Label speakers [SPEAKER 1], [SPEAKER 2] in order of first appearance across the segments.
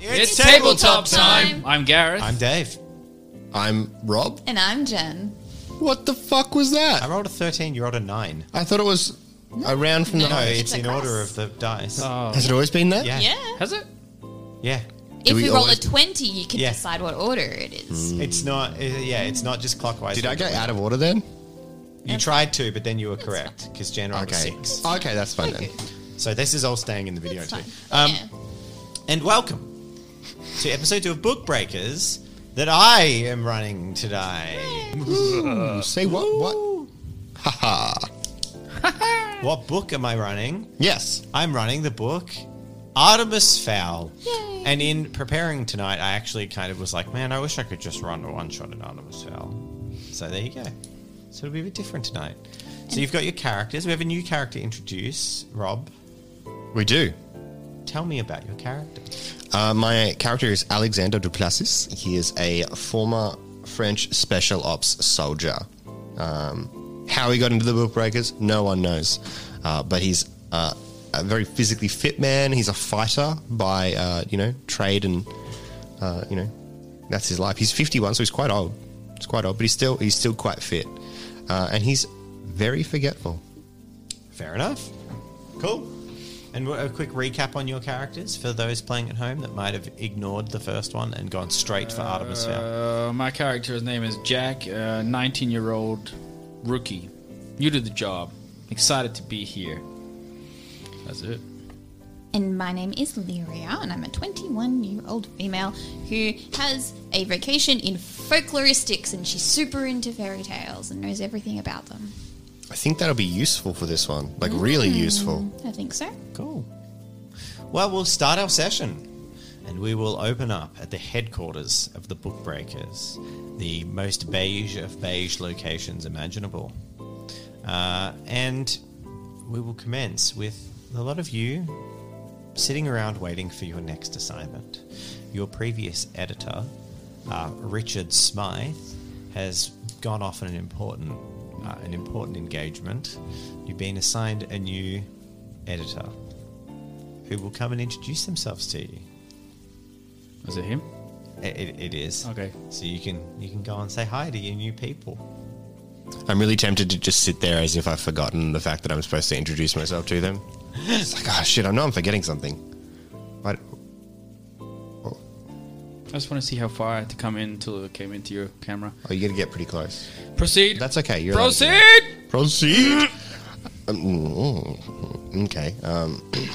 [SPEAKER 1] It's tabletop time. I'm Gareth.
[SPEAKER 2] I'm Dave.
[SPEAKER 3] I'm Rob.
[SPEAKER 4] And I'm Jen.
[SPEAKER 3] What the fuck was
[SPEAKER 2] I
[SPEAKER 3] that?
[SPEAKER 2] rolled a 13, you rolled a 9.
[SPEAKER 3] I thought it was a round from the
[SPEAKER 2] No,
[SPEAKER 3] highest.
[SPEAKER 2] it's, in
[SPEAKER 4] across.
[SPEAKER 2] order of the dice.
[SPEAKER 1] Oh,
[SPEAKER 3] Has it always been that?
[SPEAKER 2] Yeah.
[SPEAKER 4] Yeah.
[SPEAKER 1] has it?
[SPEAKER 2] Yeah.
[SPEAKER 4] If
[SPEAKER 3] we
[SPEAKER 4] we, roll a
[SPEAKER 3] always-
[SPEAKER 4] 20, you can
[SPEAKER 2] Yeah.
[SPEAKER 4] decide what order it is.
[SPEAKER 2] It's not, uh, yeah, it's not just clockwise.
[SPEAKER 3] Did I go out of order then?
[SPEAKER 2] You tried to, but then you were correct because Jen rolled a
[SPEAKER 3] Okay.
[SPEAKER 2] 6.
[SPEAKER 3] Okay, that's fine then.
[SPEAKER 2] So this is all staying in the video
[SPEAKER 4] That's
[SPEAKER 2] too.
[SPEAKER 4] fine.
[SPEAKER 2] Um,
[SPEAKER 4] yeah.
[SPEAKER 2] And welcome to episode 2 of Book Breakers that I am running today. Uh,
[SPEAKER 3] Say what? What?
[SPEAKER 2] What book am I running?
[SPEAKER 3] Yes.
[SPEAKER 2] I'm running the book Artemis Fowl.
[SPEAKER 4] Yay.
[SPEAKER 2] And in preparing tonight, I actually kind of was like, man, I wish I could just run a one shot in Artemis Fowl. So there you go. So it'll be a bit different tonight. So you've got your characters. We have a new character to introduce. Rob,
[SPEAKER 3] We do.
[SPEAKER 2] tell me about your character.
[SPEAKER 3] Uh, my character is Alexander Duplessis. He is a former French special ops soldier. Um, how he got into the book breakers, no one knows. Uh, but he's uh, a very physically fit man. He's a fighter by, uh, you know, trade and, uh, you know, that's his life. He's 51, so he's quite old. He's quite old, but he's still he's still quite fit. Uh, and he's very forgetful.
[SPEAKER 2] Fair enough. Cool. And w- a quick recap on your characters for those playing at home that might have ignored the first one and gone straight for Artemis Fowl.
[SPEAKER 1] Uh, my character's name is Jack, a 19 year old rookie. New to the job. Excited to be here. That's it.
[SPEAKER 4] And my name is Lyria, and I'm a 21 year old female who has a vocation in folkloristics, and she's super into fairy tales and knows everything about them.
[SPEAKER 3] I think that'll be useful for this one. Like, really useful.
[SPEAKER 4] I think so.
[SPEAKER 2] Cool. Well, we'll start our session and we will open up at the headquarters of the Bookbreakers, the most beige of beige locations imaginable. Uh, and we will commence with a lot of you sitting around waiting for your next assignment. Your previous editor, uh, Richard Smythe, has gone off on an important, uh, an important engagement. You've been assigned a new editor who will come and introduce themselves to you.
[SPEAKER 1] Is it him?
[SPEAKER 2] I- it- it is
[SPEAKER 1] Okay.
[SPEAKER 2] so you can you can go and say hi to your new people.
[SPEAKER 3] I'm really tempted to just sit there as if I've forgotten the fact that I'm supposed to introduce myself to them. It's like, oh shit, I know I'm forgetting something. What?
[SPEAKER 1] I just want to see how far I had to come in until it came into your camera.
[SPEAKER 3] Oh, you're gonna get pretty close.
[SPEAKER 1] Proceed.
[SPEAKER 3] That's okay. You're allowed to do
[SPEAKER 1] Proceed!
[SPEAKER 3] that. Proceed. Um, mm, okay. Um,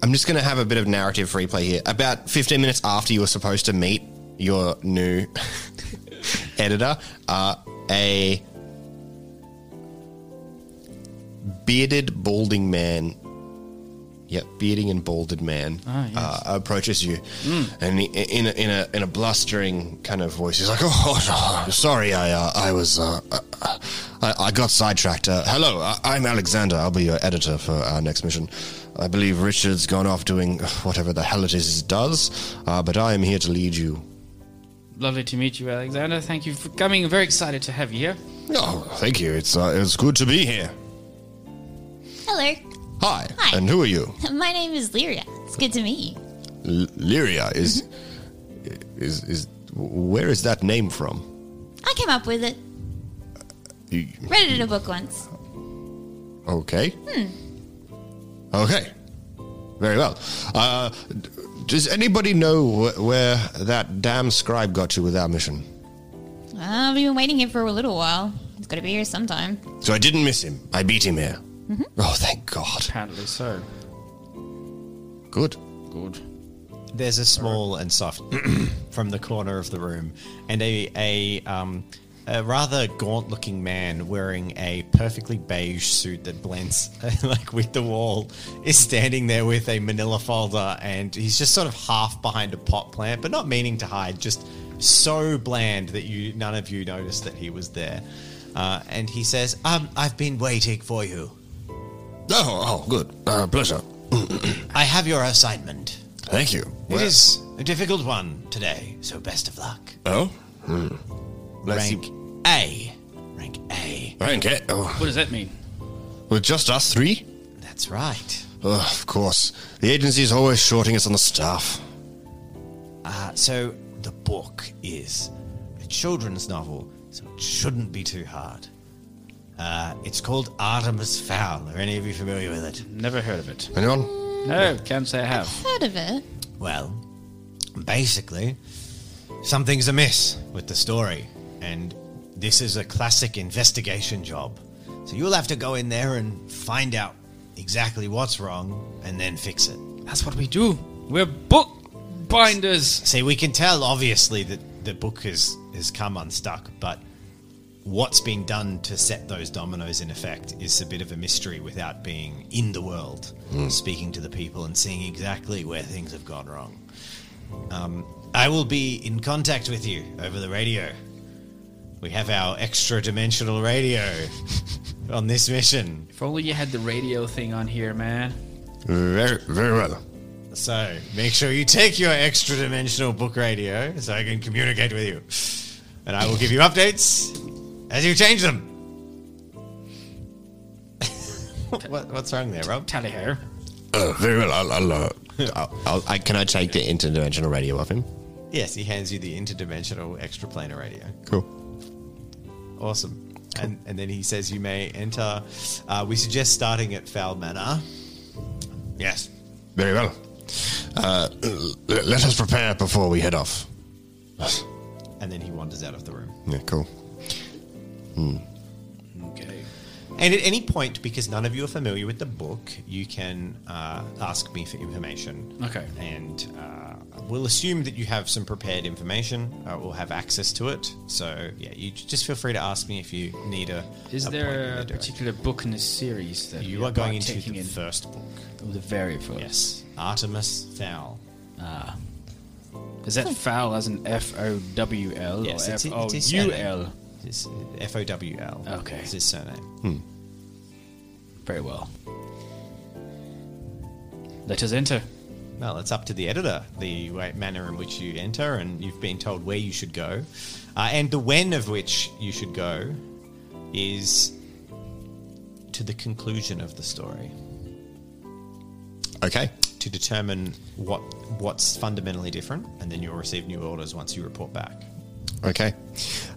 [SPEAKER 3] I'm just gonna have a bit of narrative replay here. About 15 minutes after you were supposed to meet your new editor, uh, a bearded, balding man. Yep, bearding and balded man
[SPEAKER 1] Ah, yes. Hmm.
[SPEAKER 3] uh, approaches you, and he, in a, in a in a blustering kind of voice, he's like, "Oh, no, sorry, I uh, I was uh, uh, uh, I, I got sidetracked. Uh, hello, I, I'm Alexander. I'll be your editor for our next mission. I believe Richard's gone off doing whatever the hell it is he does, uh, but I am here to lead you.
[SPEAKER 1] Lovely to meet you, Alexander. Thank you for coming. Very excited to have you here.
[SPEAKER 3] Oh, thank you. It's uh, it's good to be here.
[SPEAKER 4] Hello,
[SPEAKER 3] Hi.
[SPEAKER 4] Hi.
[SPEAKER 3] And who are you?
[SPEAKER 4] my name is Lyria. It's good to meet you.
[SPEAKER 3] L- Lyria is
[SPEAKER 2] Mm-hmm.
[SPEAKER 3] is is where is that name from?
[SPEAKER 4] I came up with it,
[SPEAKER 3] You-
[SPEAKER 4] read it in a book once.
[SPEAKER 3] Okay.
[SPEAKER 2] Hmm.
[SPEAKER 3] Okay. Very well. Uh, d- does anybody know wh- where that damn scribe got you with our mission?
[SPEAKER 4] I've been waiting here for a little while. It's got to be here sometime.
[SPEAKER 3] So I didn't miss him. I beat him here.
[SPEAKER 2] Mm-hmm.
[SPEAKER 3] Oh, thank God.
[SPEAKER 1] Apparently so.
[SPEAKER 3] Good.
[SPEAKER 1] Good.
[SPEAKER 2] There's a small and soft from the corner of the room, and a a, um, a rather gaunt-looking man wearing a perfectly beige suit that blends like with the wall is standing there with a manila folder, and he's just sort of half behind a pot plant, but not meaning to hide, just so bland that you none of you noticed that he was there. Uh, and he says, um, "I've been waiting for you.
[SPEAKER 3] Oh, oh, good. Uh, pleasure.
[SPEAKER 2] I have your assignment."
[SPEAKER 3] Thank you.
[SPEAKER 2] It is a difficult one today, so best of luck.
[SPEAKER 3] Oh. Hmm. Let's
[SPEAKER 2] Rank
[SPEAKER 3] see.
[SPEAKER 2] A. Rank A.
[SPEAKER 3] Rank. eh? Oh.
[SPEAKER 1] What does that mean?
[SPEAKER 3] With just us three?
[SPEAKER 2] That's right.
[SPEAKER 3] Ugh, of course. The agency is always shorting us on the staff.
[SPEAKER 2] Uh, so the book is a children's novel, so it shouldn't be too hard. Uh, it's called Artemis Fowl. Are any of you familiar with it?
[SPEAKER 1] Never heard of it.
[SPEAKER 3] Anyone?
[SPEAKER 1] No, can't say I have.
[SPEAKER 4] Heard of it?
[SPEAKER 2] Well, basically, something's amiss with the story, and this is a classic investigation job. So you'll have to go in there and find out exactly what's wrong and then fix it.
[SPEAKER 1] That's what we do. We're book binders.
[SPEAKER 2] See, we can tell obviously that the book has has come unstuck, but what's been done to set those dominoes in effect is a bit of a mystery without being in the world, speaking to the people and seeing exactly where things have gone wrong. Um, I will be in contact with you over the radio. We have our extra dimensional radio on this mission.
[SPEAKER 1] If only you had the radio thing on here, man.
[SPEAKER 3] Very, very well.
[SPEAKER 2] So make sure you take your extra dimensional book radio so I can communicate with you. And I will give you updates as you change them. what, what's wrong there, Rob?
[SPEAKER 1] Tally her.
[SPEAKER 3] Uh, very well. I'll, I'll, uh, I'll, I'll, I, can I take the interdimensional radio off him?
[SPEAKER 2] Yes, he hands you the interdimensional extraplanar radio.
[SPEAKER 3] Cool.
[SPEAKER 2] Awesome. And, and then he says you may enter. Uh, we suggest starting at Foul Manor. Yes.
[SPEAKER 3] Very well. Uh, l- let us prepare before we head off.
[SPEAKER 2] And then he wanders out of the room.
[SPEAKER 3] Yeah, cool.
[SPEAKER 1] Okay.
[SPEAKER 2] And at any point, because none of you are familiar with the book, you can uh, ask me for information.
[SPEAKER 1] Okay.
[SPEAKER 2] And uh, we'll assume that you have some prepared information uh, or have access to it. So, yeah, you j- just feel free to ask me if you need a.
[SPEAKER 1] Is
[SPEAKER 2] a point in
[SPEAKER 1] there
[SPEAKER 2] the
[SPEAKER 1] a
[SPEAKER 2] direction.
[SPEAKER 1] particular book in the series that
[SPEAKER 2] You
[SPEAKER 1] we
[SPEAKER 2] are going into
[SPEAKER 1] partaking
[SPEAKER 2] the
[SPEAKER 1] in?
[SPEAKER 2] first book.
[SPEAKER 1] Oh, the very first.
[SPEAKER 2] Yes. Artemis Fowl.
[SPEAKER 1] Is that foul as an F O W L or
[SPEAKER 2] Yes, it's-
[SPEAKER 1] F
[SPEAKER 2] it's
[SPEAKER 1] O
[SPEAKER 2] his
[SPEAKER 1] U
[SPEAKER 2] surname.
[SPEAKER 1] L?
[SPEAKER 2] It's F O W L.
[SPEAKER 1] Okay.
[SPEAKER 2] It's his surname.
[SPEAKER 1] Very well. Let us enter.
[SPEAKER 2] Well, it's up to the editor, the way, manner in which you enter, and you've been told where you should go. Uh, and the when of which you should go is to the conclusion of the story
[SPEAKER 3] Okay.
[SPEAKER 2] to determine what what's fundamentally different, and then you'll receive new orders once you report back.
[SPEAKER 3] Okay.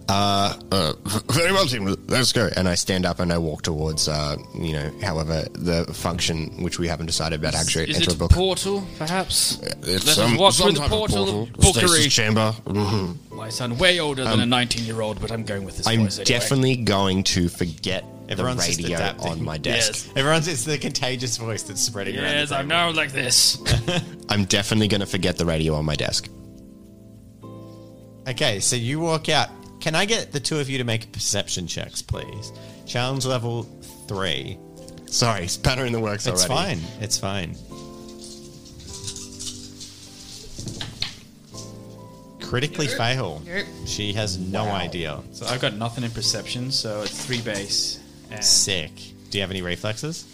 [SPEAKER 3] Uh, uh, very well, team. Let's go. And I stand up and I walk towards, uh, you know, however, the function which we haven't decided about actually
[SPEAKER 1] Is
[SPEAKER 3] into
[SPEAKER 1] it
[SPEAKER 3] a book. um,
[SPEAKER 1] portal, perhaps? Let us walk through the um, portal,
[SPEAKER 3] Stasis
[SPEAKER 1] bookery.
[SPEAKER 3] chamber.
[SPEAKER 1] My son, way older than a 19 year old, but I'm going with this
[SPEAKER 3] I'm
[SPEAKER 1] voice anyway.
[SPEAKER 3] definitely going to forget
[SPEAKER 2] Everyone's just
[SPEAKER 3] the radio
[SPEAKER 2] adapting.
[SPEAKER 3] on my desk.
[SPEAKER 2] Everyone's it's the contagious voice that's spreading around. the
[SPEAKER 1] Yes,
[SPEAKER 2] table.
[SPEAKER 1] I'm now like this.
[SPEAKER 3] I'm definitely going to forget the radio on my desk.
[SPEAKER 2] Okay, so you walk out. Can I get the two of you to make perception checks, please? Challenge level three.
[SPEAKER 3] Sorry, spanner in the works
[SPEAKER 2] It's
[SPEAKER 3] already.
[SPEAKER 2] fine. It's fine. Critically fail.
[SPEAKER 4] Nope.
[SPEAKER 2] She has no idea.
[SPEAKER 1] So I've got nothing in perception, so it's three base and
[SPEAKER 2] Sick. Do you have any reflexes?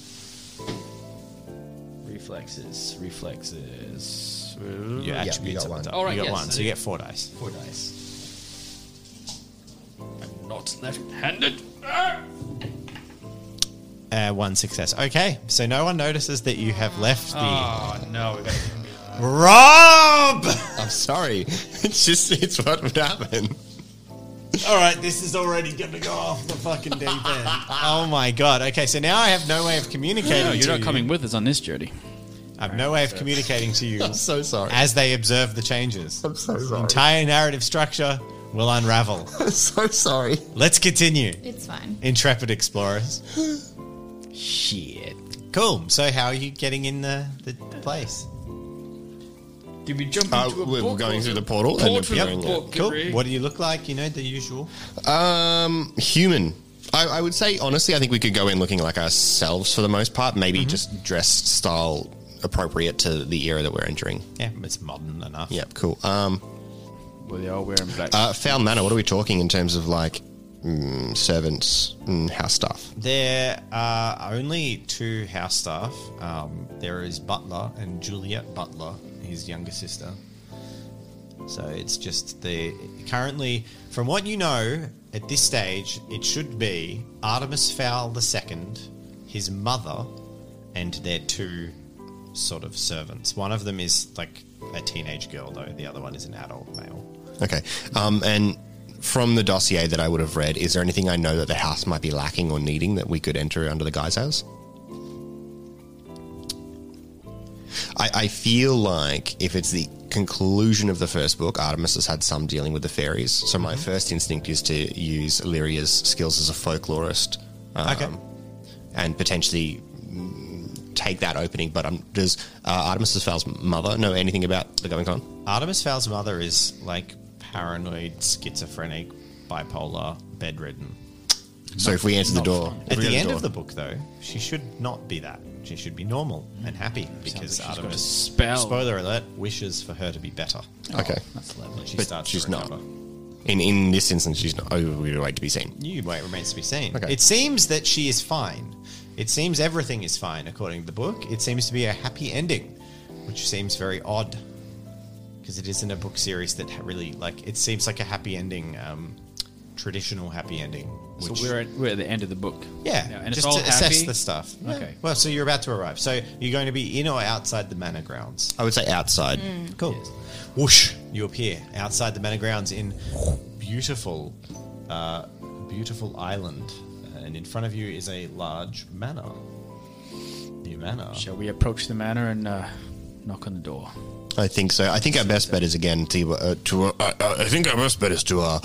[SPEAKER 1] reflexes. Reflexes.
[SPEAKER 2] Your
[SPEAKER 3] you
[SPEAKER 2] attributes at
[SPEAKER 3] got
[SPEAKER 2] the
[SPEAKER 3] one.
[SPEAKER 2] top.
[SPEAKER 1] All right,
[SPEAKER 2] you got
[SPEAKER 1] yes,
[SPEAKER 2] one,
[SPEAKER 1] I
[SPEAKER 2] so
[SPEAKER 1] do.
[SPEAKER 2] you get four dice.
[SPEAKER 1] Four dice. I'm not left handed. Ah!
[SPEAKER 2] Uh, one success. Okay, so no one notices that you have left the.
[SPEAKER 1] Oh, no. we gotta-
[SPEAKER 2] Rob!
[SPEAKER 3] I'm sorry. It's just, it's what would happen.
[SPEAKER 2] All right, this is already going to go off the fucking deep end. oh my god. Okay, so now I have no way of communicating.
[SPEAKER 1] No,
[SPEAKER 2] to
[SPEAKER 1] you're not
[SPEAKER 2] you.
[SPEAKER 1] coming with us on this journey.
[SPEAKER 2] I have no way of communicating to you
[SPEAKER 3] I'm so sorry.
[SPEAKER 2] as they observe the changes.
[SPEAKER 3] I'm so sorry.
[SPEAKER 2] Entire narrative structure will unravel.
[SPEAKER 3] I'm so sorry.
[SPEAKER 2] Let's continue,
[SPEAKER 4] It's fine.
[SPEAKER 2] intrepid explorers.
[SPEAKER 1] Shit.
[SPEAKER 2] Cool. So, how are you getting in the, the place?
[SPEAKER 1] Did we jump
[SPEAKER 3] Uh,
[SPEAKER 1] into a
[SPEAKER 3] we're
[SPEAKER 1] book
[SPEAKER 3] going
[SPEAKER 1] or
[SPEAKER 3] through the
[SPEAKER 1] something?
[SPEAKER 3] portal. and
[SPEAKER 1] Portal
[SPEAKER 3] appearing-
[SPEAKER 1] book.
[SPEAKER 2] Cool.
[SPEAKER 1] Gary.
[SPEAKER 2] What do you look like? You know, the usual.
[SPEAKER 3] Um, human. I, I would say honestly, I think we could go in looking like ourselves for the most part. Maybe
[SPEAKER 1] Mm-hmm.
[SPEAKER 3] just dress style appropriate to the era that we're entering.
[SPEAKER 2] Yeah, it's modern enough.
[SPEAKER 3] Yep, cool. Um,
[SPEAKER 1] Well, they are wearing black.
[SPEAKER 3] uh, foul manor. What are we talking in terms of like mm, servants, mm, house staff?
[SPEAKER 2] There are only two house staff. Um, there is Butler and Juliet Butler, his younger sister. So it's just the currently, from what you know at this stage, it should be Artemis Fowl II, his mother, and their two sort of servants. One of them is like a teenage girl, though. The other one is an adult male.
[SPEAKER 3] Okay. Um, and from the dossier that I would have read, is there anything I know that the house might be lacking or needing that we could enter under the guise as? I, I feel like if it's the conclusion of the first book, Artemis has had some dealing with the fairies. So my first instinct is to use Illyria's skills as a folklorist
[SPEAKER 2] okay.
[SPEAKER 3] and potentially mm, take that opening. But um, does uh, Artemis Foul's mother know anything about the going on?
[SPEAKER 2] Artemis Fowl's mother is like paranoid, schizophrenic, bipolar, bedridden.
[SPEAKER 3] So if we answer the
[SPEAKER 1] not
[SPEAKER 3] door,
[SPEAKER 1] from-
[SPEAKER 3] if
[SPEAKER 2] At
[SPEAKER 3] we
[SPEAKER 2] the
[SPEAKER 3] go to
[SPEAKER 2] end
[SPEAKER 3] door-
[SPEAKER 2] of the book, though, she should not be that. She should be normal and happy because
[SPEAKER 1] she's got a
[SPEAKER 2] Artemis,
[SPEAKER 1] spell.
[SPEAKER 2] spoiler alert, wishes for her to be better.
[SPEAKER 3] okay,
[SPEAKER 1] That's lovely.
[SPEAKER 2] She
[SPEAKER 3] But
[SPEAKER 2] starts
[SPEAKER 3] she's
[SPEAKER 2] to
[SPEAKER 3] not.
[SPEAKER 2] recover.
[SPEAKER 3] in in this instance, she's not overweight to be seen.
[SPEAKER 2] You wait remains to be seen.
[SPEAKER 3] Okay.
[SPEAKER 2] It seems that she is fine. It seems everything is fine according to the book. It seems to be a happy ending, which seems very odd because it isn't a book series that ha- really like. It seems like a happy ending, um, traditional happy ending.
[SPEAKER 1] So
[SPEAKER 2] which-
[SPEAKER 1] we're at, we're at the end of the book.
[SPEAKER 2] yeah,
[SPEAKER 1] Now, and
[SPEAKER 2] just
[SPEAKER 1] it's all
[SPEAKER 2] to assess
[SPEAKER 1] happy?
[SPEAKER 2] the stuff. Yeah.
[SPEAKER 1] Okay.
[SPEAKER 2] Well, so you're about to arrive. So you're going to be in or outside the manor grounds.
[SPEAKER 3] I would say outside.
[SPEAKER 2] Cool.
[SPEAKER 1] Yes.
[SPEAKER 2] Whoosh! You appear outside the manor grounds in beautiful, uh, beautiful island, uh, and in front of you is a large manor. The manor.
[SPEAKER 1] Shall we approach the manor and uh, knock on the door?
[SPEAKER 3] I think so. I think our best bet is again to uh, to. Uh, uh, I think our best bet is to uh,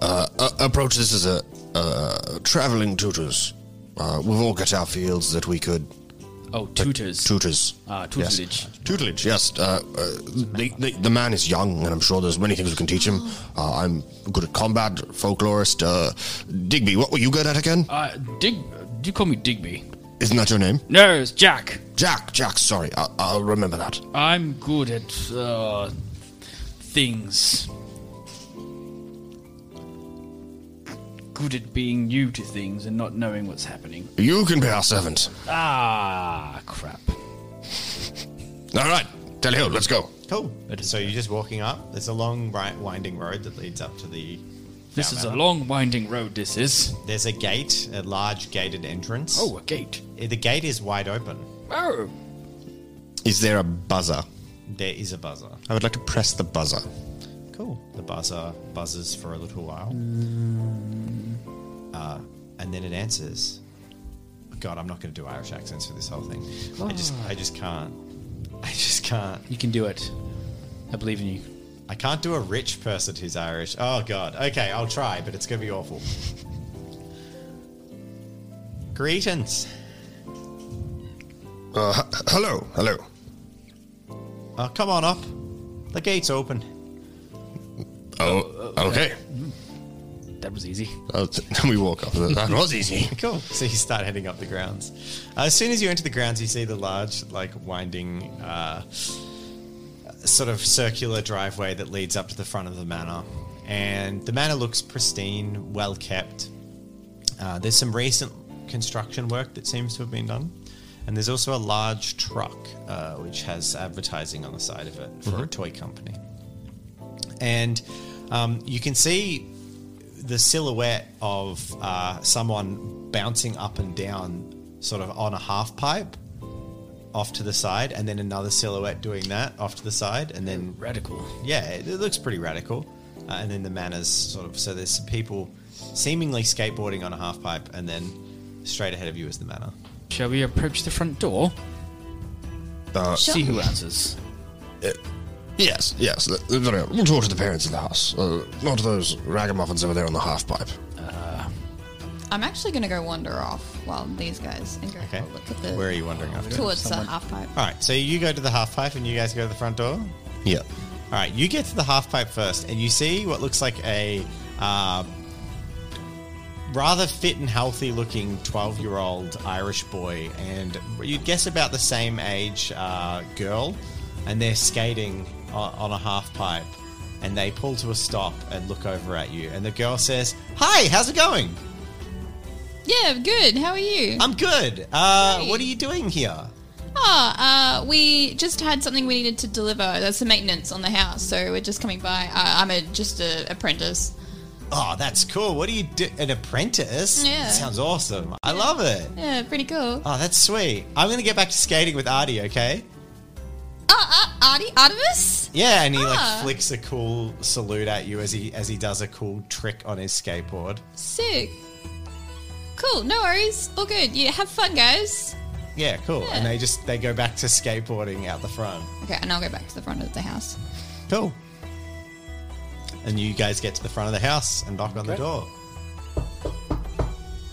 [SPEAKER 3] uh, uh, approach this as a uh, traveling tutors. Uh, we've all got our fields that we could
[SPEAKER 1] Oh, tutors.
[SPEAKER 3] tutors.
[SPEAKER 1] Ah, tutelage.
[SPEAKER 3] Yes. Tutelage. Yes. Uh, uh, the, the the man is young, and I'm sure there's many things we can teach him. Uh, I'm good at combat, folklorist. Uh, Digby, what were you good at again?
[SPEAKER 1] Uh, Dig. Do you call me Digby?
[SPEAKER 3] Isn't that your name?
[SPEAKER 1] No, it's Jack.
[SPEAKER 3] Jack. Jack. Sorry, I, I'll remember that.
[SPEAKER 1] I'm good at uh, things. Good at being new to things and not knowing what's happening.
[SPEAKER 3] You can be our servant.
[SPEAKER 1] Ah, crap.
[SPEAKER 3] All right, Delhill, let's go.
[SPEAKER 2] Cool.
[SPEAKER 1] That is
[SPEAKER 2] So you're just walking up. There's a long, right, winding road that leads up to the.
[SPEAKER 1] This
[SPEAKER 2] town
[SPEAKER 1] is a
[SPEAKER 2] manor.
[SPEAKER 1] long, winding road. This is.
[SPEAKER 2] There's a gate, a large gated entrance.
[SPEAKER 1] Oh, a gate.
[SPEAKER 2] the gate is wide open.
[SPEAKER 1] Oh,
[SPEAKER 3] Is there a buzzer?
[SPEAKER 2] There is a buzzer.
[SPEAKER 3] I would like to press the buzzer.
[SPEAKER 2] Cool. The buzzer buzzes for a little while. Uh, and then it answers. God, I'm not going to do Irish accents for this whole thing. I just, I just can't. I just can't.
[SPEAKER 1] you can do it. I believe in you.
[SPEAKER 2] I can't do a rich person who's Irish. Oh God. Okay, I'll try, but it's going to be awful. Greetings.
[SPEAKER 3] Uh, h- hello, hello.
[SPEAKER 2] Uh, come on up. The gate's open.
[SPEAKER 3] Oh, okay.
[SPEAKER 1] That was easy.
[SPEAKER 3] Oh, t- we walk off. That was easy.
[SPEAKER 2] Cool. So you start heading up the grounds. Uh, As soon as you enter the grounds, you see the large, like, winding, uh, sort of circular driveway that leads up to the front of the manor. And the manor looks pristine, well kept. Uh, there's some recent construction work that seems to have been done. And there's also a large truck uh, which has advertising on the side of it for a toy company. And um, you can see the silhouette of uh, someone bouncing up and down, sort of on a half pipe, off to the side, and then another silhouette doing that off to the side, and
[SPEAKER 1] Mm.
[SPEAKER 2] then
[SPEAKER 1] Radical.
[SPEAKER 2] yeah, it, it looks pretty radical. Uh, and then the manners sort of so there's people seemingly skateboarding on a half pipe, and then straight ahead of you is the manor.
[SPEAKER 1] Shall we approach the front door?
[SPEAKER 3] Uh,
[SPEAKER 4] Sure.
[SPEAKER 1] See who answers.
[SPEAKER 3] yes, yes. th- th- very well. We'll talk to the parents of the house. Uh, not to those ragamuffins over there on the half pipe.
[SPEAKER 4] I'm actually going to go wander off while these guys and go
[SPEAKER 2] Okay,
[SPEAKER 4] have a Oh, look at the
[SPEAKER 2] where are you wandering after? All
[SPEAKER 4] towards the half pipe.
[SPEAKER 2] right, so you go to the half pipe, and you guys go to the front door.
[SPEAKER 3] Yeah.
[SPEAKER 2] All right, you get to the half pipe first, and you see what looks like a um, rather fit and healthy looking 12 year old Irish boy, and you'd guess about the same age uh, girl, and they're skating on, on a half pipe, and they pull to a stop and look over at you, and the girl says, Hi, how's it going?
[SPEAKER 4] Yeah, good. How are you?
[SPEAKER 2] I'm good. Uh,
[SPEAKER 4] Hey.
[SPEAKER 2] what are you doing here?
[SPEAKER 4] Oh, uh, we just had something we needed to deliver. There's some maintenance on the house, so we're just coming by. Uh, I'm a, just a apprentice.
[SPEAKER 2] Oh, that's cool. What do you do? An apprentice?
[SPEAKER 4] Yeah.
[SPEAKER 2] That sounds awesome. I love it.
[SPEAKER 4] Yeah, pretty cool.
[SPEAKER 2] Oh, that's sweet. I'm going to get back to skating with Artie, okay?
[SPEAKER 4] Uh, uh, Artie, Artemis?
[SPEAKER 2] Yeah, and he
[SPEAKER 4] Ah.
[SPEAKER 2] like flicks a cool salute at you as he as he does a cool trick on his skateboard.
[SPEAKER 4] Sick. Cool, no worries. All good. Yeah, have fun, guys.
[SPEAKER 2] Yeah, cool.
[SPEAKER 4] Yeah.
[SPEAKER 2] And they just they go back to skateboarding out the front.
[SPEAKER 4] Okay, and I'll go back to the front of the house.
[SPEAKER 2] Cool. And you guys get to the front of the house and knock on the
[SPEAKER 1] Okay.
[SPEAKER 2] door.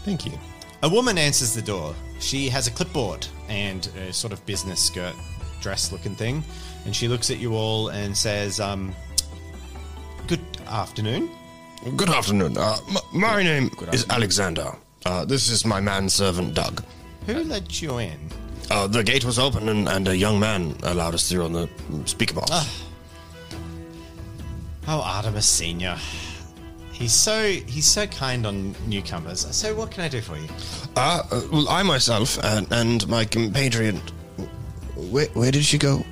[SPEAKER 3] Thank you.
[SPEAKER 2] A woman answers the door. She has a clipboard and a sort of business skirt dress looking thing. And she looks at you all and says, um, Good afternoon.
[SPEAKER 3] Good afternoon. Uh, m- my name is Alexander. Uh, this is my manservant, Doug.
[SPEAKER 2] Who let you in?
[SPEAKER 3] Uh, the gate was open, and, and a young man allowed us through on the speaker box.
[SPEAKER 2] Oh, Artemis Senior. He's so he's so kind on newcomers. So what can I do for you?
[SPEAKER 3] Uh, uh, well, I myself and, and my compatriot. Where, where did she go?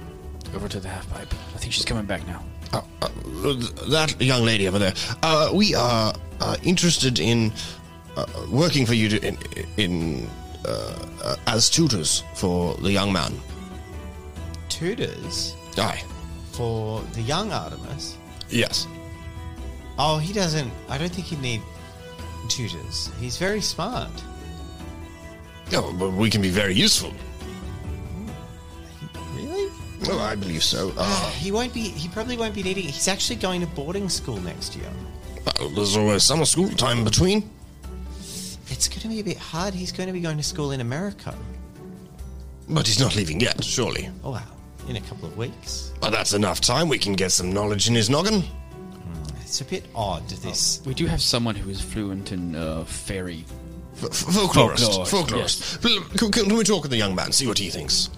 [SPEAKER 1] Over to the half pipe. I think she's coming back now.
[SPEAKER 3] Uh, uh, th- that young lady over there. Uh, we are uh, interested in uh, working for you to, in, in uh, uh, as tutors for the young man.
[SPEAKER 2] Tutors
[SPEAKER 3] Aye.
[SPEAKER 2] for the young Artemis.
[SPEAKER 3] Yes.
[SPEAKER 2] Oh, he doesn't. I don't think he'd need tutors. He's very smart.
[SPEAKER 3] Oh, but we can be very useful.
[SPEAKER 2] Really?
[SPEAKER 3] Well, Oh, I believe so. Uh,
[SPEAKER 2] He won't be. He probably won't be needing. He's actually going to boarding school next year.
[SPEAKER 3] uh, there's always summer school time in between.
[SPEAKER 2] It's going to be a bit hard. He's going to be going to school in America.
[SPEAKER 3] But he's not leaving yet, surely.
[SPEAKER 2] Oh wow! In a couple of weeks.
[SPEAKER 3] But that's enough time. We can get some knowledge in his noggin.
[SPEAKER 2] It's a bit odd. This.
[SPEAKER 1] We do have someone who is fluent in uh, fairy.
[SPEAKER 3] F- f- folklorist.
[SPEAKER 1] Folklore,
[SPEAKER 3] Folklorist. Well, Can, can we talk with the young man? See what he thinks.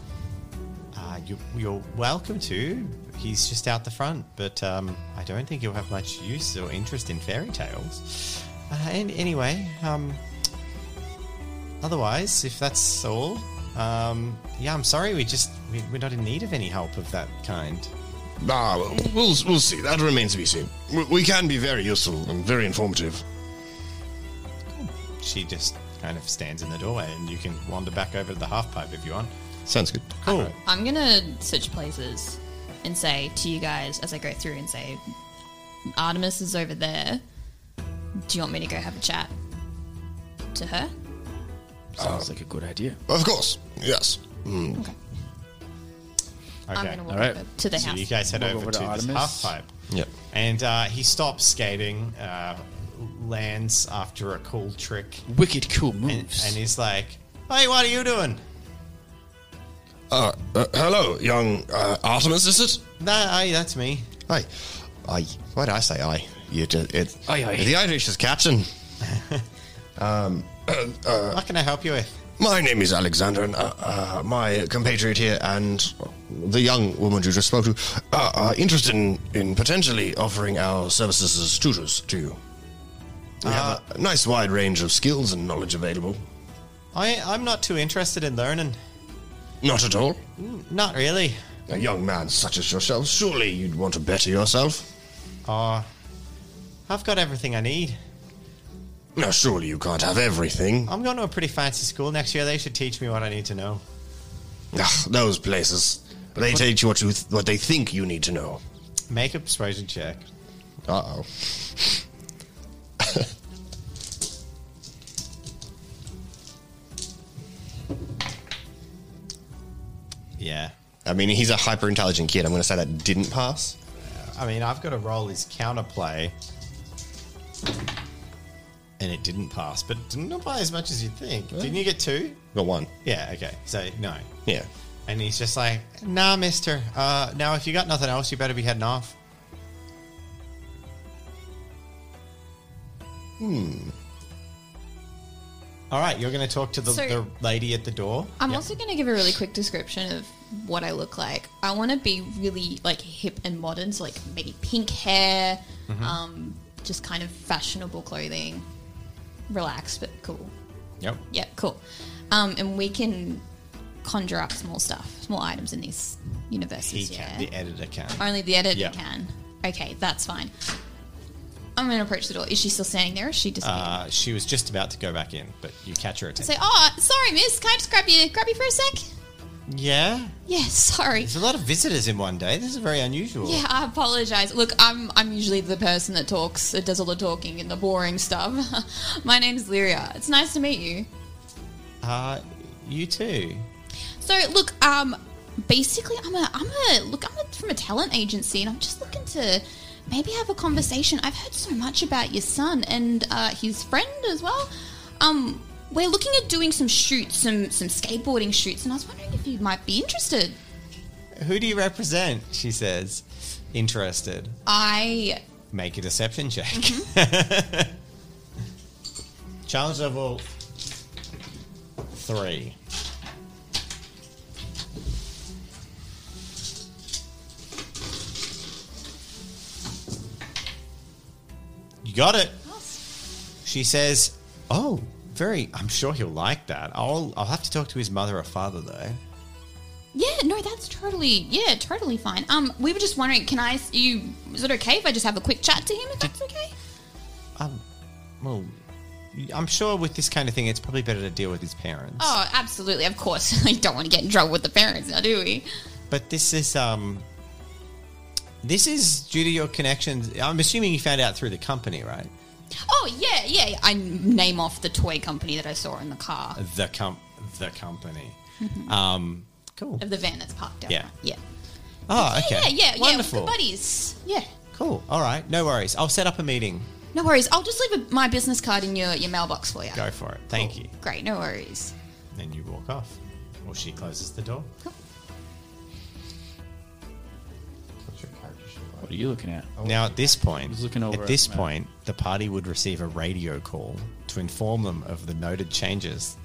[SPEAKER 2] Uh, you, you're welcome to. He's just out the front, but um, I don't think he'll have much use or interest in fairy tales. Uh, and anyway, um, otherwise, if that's all, um, yeah, I'm sorry. We just we, we're not in need of any help of that kind.
[SPEAKER 3] Ah, well, we'll we'll see. That remains to be seen. We, we can be very useful and very informative.
[SPEAKER 2] She just kind of stands in the doorway, and you can wander back over to the half pipe if you want.
[SPEAKER 3] Sounds good.
[SPEAKER 2] Cool.
[SPEAKER 4] I'm gonna switch places and say to you guys as I go through and say, Artemis is over there. Do you want me to go have a chat to her?
[SPEAKER 1] Sounds like a good idea.
[SPEAKER 3] Of course. Yes.
[SPEAKER 2] Okay.
[SPEAKER 4] I'm gonna walk
[SPEAKER 1] All right.
[SPEAKER 4] over to the
[SPEAKER 2] So
[SPEAKER 4] house.
[SPEAKER 2] you guys head
[SPEAKER 1] Walk
[SPEAKER 2] over,
[SPEAKER 1] over
[SPEAKER 2] to,
[SPEAKER 1] to
[SPEAKER 2] this
[SPEAKER 1] Artemis.
[SPEAKER 2] half pipe.
[SPEAKER 3] Yep.
[SPEAKER 2] And uh, he stops skating, uh, lands after a cool trick,
[SPEAKER 1] Wicked cool
[SPEAKER 2] and,
[SPEAKER 1] moves.
[SPEAKER 2] and he's like, Hey, what are you doing?
[SPEAKER 3] Uh, uh, hello, young uh, Artemis, is it?
[SPEAKER 2] Nah, aye, that's me.
[SPEAKER 3] Hi. I. Why did I say I? You just. It,
[SPEAKER 1] Aye, aye.
[SPEAKER 3] The Irish is captain.
[SPEAKER 2] what can I help you with?
[SPEAKER 3] My name is Alexander, and uh, uh, my compatriot here and the young woman you just spoke to uh, are interested in, in potentially offering our services as tutors to you. We
[SPEAKER 1] Uh,
[SPEAKER 3] have a nice wide range of skills and knowledge available.
[SPEAKER 2] I, I'm not too interested in learning.
[SPEAKER 3] Not at all.
[SPEAKER 2] Not really.
[SPEAKER 3] A young man such as yourself, surely you'd want to better yourself.
[SPEAKER 2] Uh, I've got everything I need.
[SPEAKER 3] Now, surely you can't have everything.
[SPEAKER 2] I'm going to a pretty fancy school next year. They should teach me what I need to know.
[SPEAKER 3] Ugh, Ah, those places. They teach you what, you th- what they think you need to know.
[SPEAKER 2] Make a persuasion check.
[SPEAKER 3] Uh oh.
[SPEAKER 2] Yeah.
[SPEAKER 3] I mean, he's a hyper intelligent kid. I'm going to say that didn't pass.
[SPEAKER 2] I mean, I've got to roll his counterplay. And it didn't pass, but not by as much as you'd think. Didn't you get two?
[SPEAKER 3] Got one.
[SPEAKER 2] Yeah, okay. So, no.
[SPEAKER 3] Yeah.
[SPEAKER 2] And he's just like, nah, mister. Uh, now, if you got nothing else, you better be heading off. Hmm. All right, you're going to talk to the,
[SPEAKER 4] So-
[SPEAKER 2] the lady at the door.
[SPEAKER 4] I'm
[SPEAKER 2] Yeah.
[SPEAKER 4] also going to give a really quick description of what I look like. I want to be really like hip and modern, so like maybe pink hair,
[SPEAKER 2] Mm-hmm.
[SPEAKER 4] um, just kind of fashionable clothing, relaxed but cool.
[SPEAKER 2] Yep.
[SPEAKER 4] Yeah, cool. Um, and we can conjure up small stuff, small items in these
[SPEAKER 2] He
[SPEAKER 4] universes.
[SPEAKER 2] can. e-
[SPEAKER 4] yeah.
[SPEAKER 2] The editor can.
[SPEAKER 4] Only the editor
[SPEAKER 2] Yeah.
[SPEAKER 4] can. Okay, that's fine. I'm going to approach the door. Is she still standing there or is she disappeared?
[SPEAKER 2] Uh, she was just about to go back in, but you catch her attention.
[SPEAKER 4] Say, oh, sorry, miss. Can I just grab you, grab you for a sec?
[SPEAKER 2] Yeah,
[SPEAKER 4] Yeah, sorry.
[SPEAKER 2] there's a lot of visitors in one day. This is very unusual.
[SPEAKER 4] Yeah, I apologize. Look, I'm I'm usually the person that talks, that does all the talking and the boring stuff. My name's Lyria. It's nice to meet you.
[SPEAKER 2] Uh, you too.
[SPEAKER 4] So, look, um, basically, I'm a I'm a look, I'm a, from a talent agency, and I'm just looking to maybe have a conversation. I've heard so much about your son and uh, his friend as well. Um, we're looking at doing some shoots, some some skateboarding shoots, and I was wondering if you might be interested.
[SPEAKER 2] Who do you represent? She says, interested.
[SPEAKER 4] I
[SPEAKER 2] Make a deception check. Challenge level three. You got it. She says, "Oh, very. I'm sure he'll like that. I'll. I'll have to talk to his mother or father though."
[SPEAKER 4] Yeah, no, that's totally yeah, totally fine. Um, we were just wondering, can I? You is it okay if I just have a quick chat to him? If that's okay.
[SPEAKER 2] Um, well, I'm sure with this kind of thing, it's probably better to deal with his parents.
[SPEAKER 4] Oh, absolutely, of course. I don't want to get in trouble with the parents now, do we?
[SPEAKER 2] But this is um, this is due to your connections. I'm assuming you found out through the company, right?
[SPEAKER 4] Oh yeah, yeah. yeah. I n- name off the toy company that I saw in the car
[SPEAKER 2] The com the company.
[SPEAKER 4] Mm-hmm.
[SPEAKER 2] um, cool.
[SPEAKER 4] of the van that's parked out.
[SPEAKER 2] Yeah.
[SPEAKER 4] front. yeah,
[SPEAKER 2] Oh, okay.
[SPEAKER 4] yeah, yeah, yeah.
[SPEAKER 2] Wonderful.
[SPEAKER 4] With the buddies. Yeah.
[SPEAKER 2] Cool. All right. No worries. I'll set up a meeting.
[SPEAKER 4] No worries. I'll just leave a, my business card in your, your mailbox for you.
[SPEAKER 2] Go for it. Thank you.
[SPEAKER 4] Great. No worries.
[SPEAKER 2] Then you walk off, or she closes the door.
[SPEAKER 4] Cool.
[SPEAKER 5] What's your character sheet
[SPEAKER 1] What are you looking at?
[SPEAKER 2] Now, at this point,
[SPEAKER 1] was looking over
[SPEAKER 2] at
[SPEAKER 1] at
[SPEAKER 2] this
[SPEAKER 1] the map.
[SPEAKER 2] point, the party would receive a radio call to inform them of the noted changes.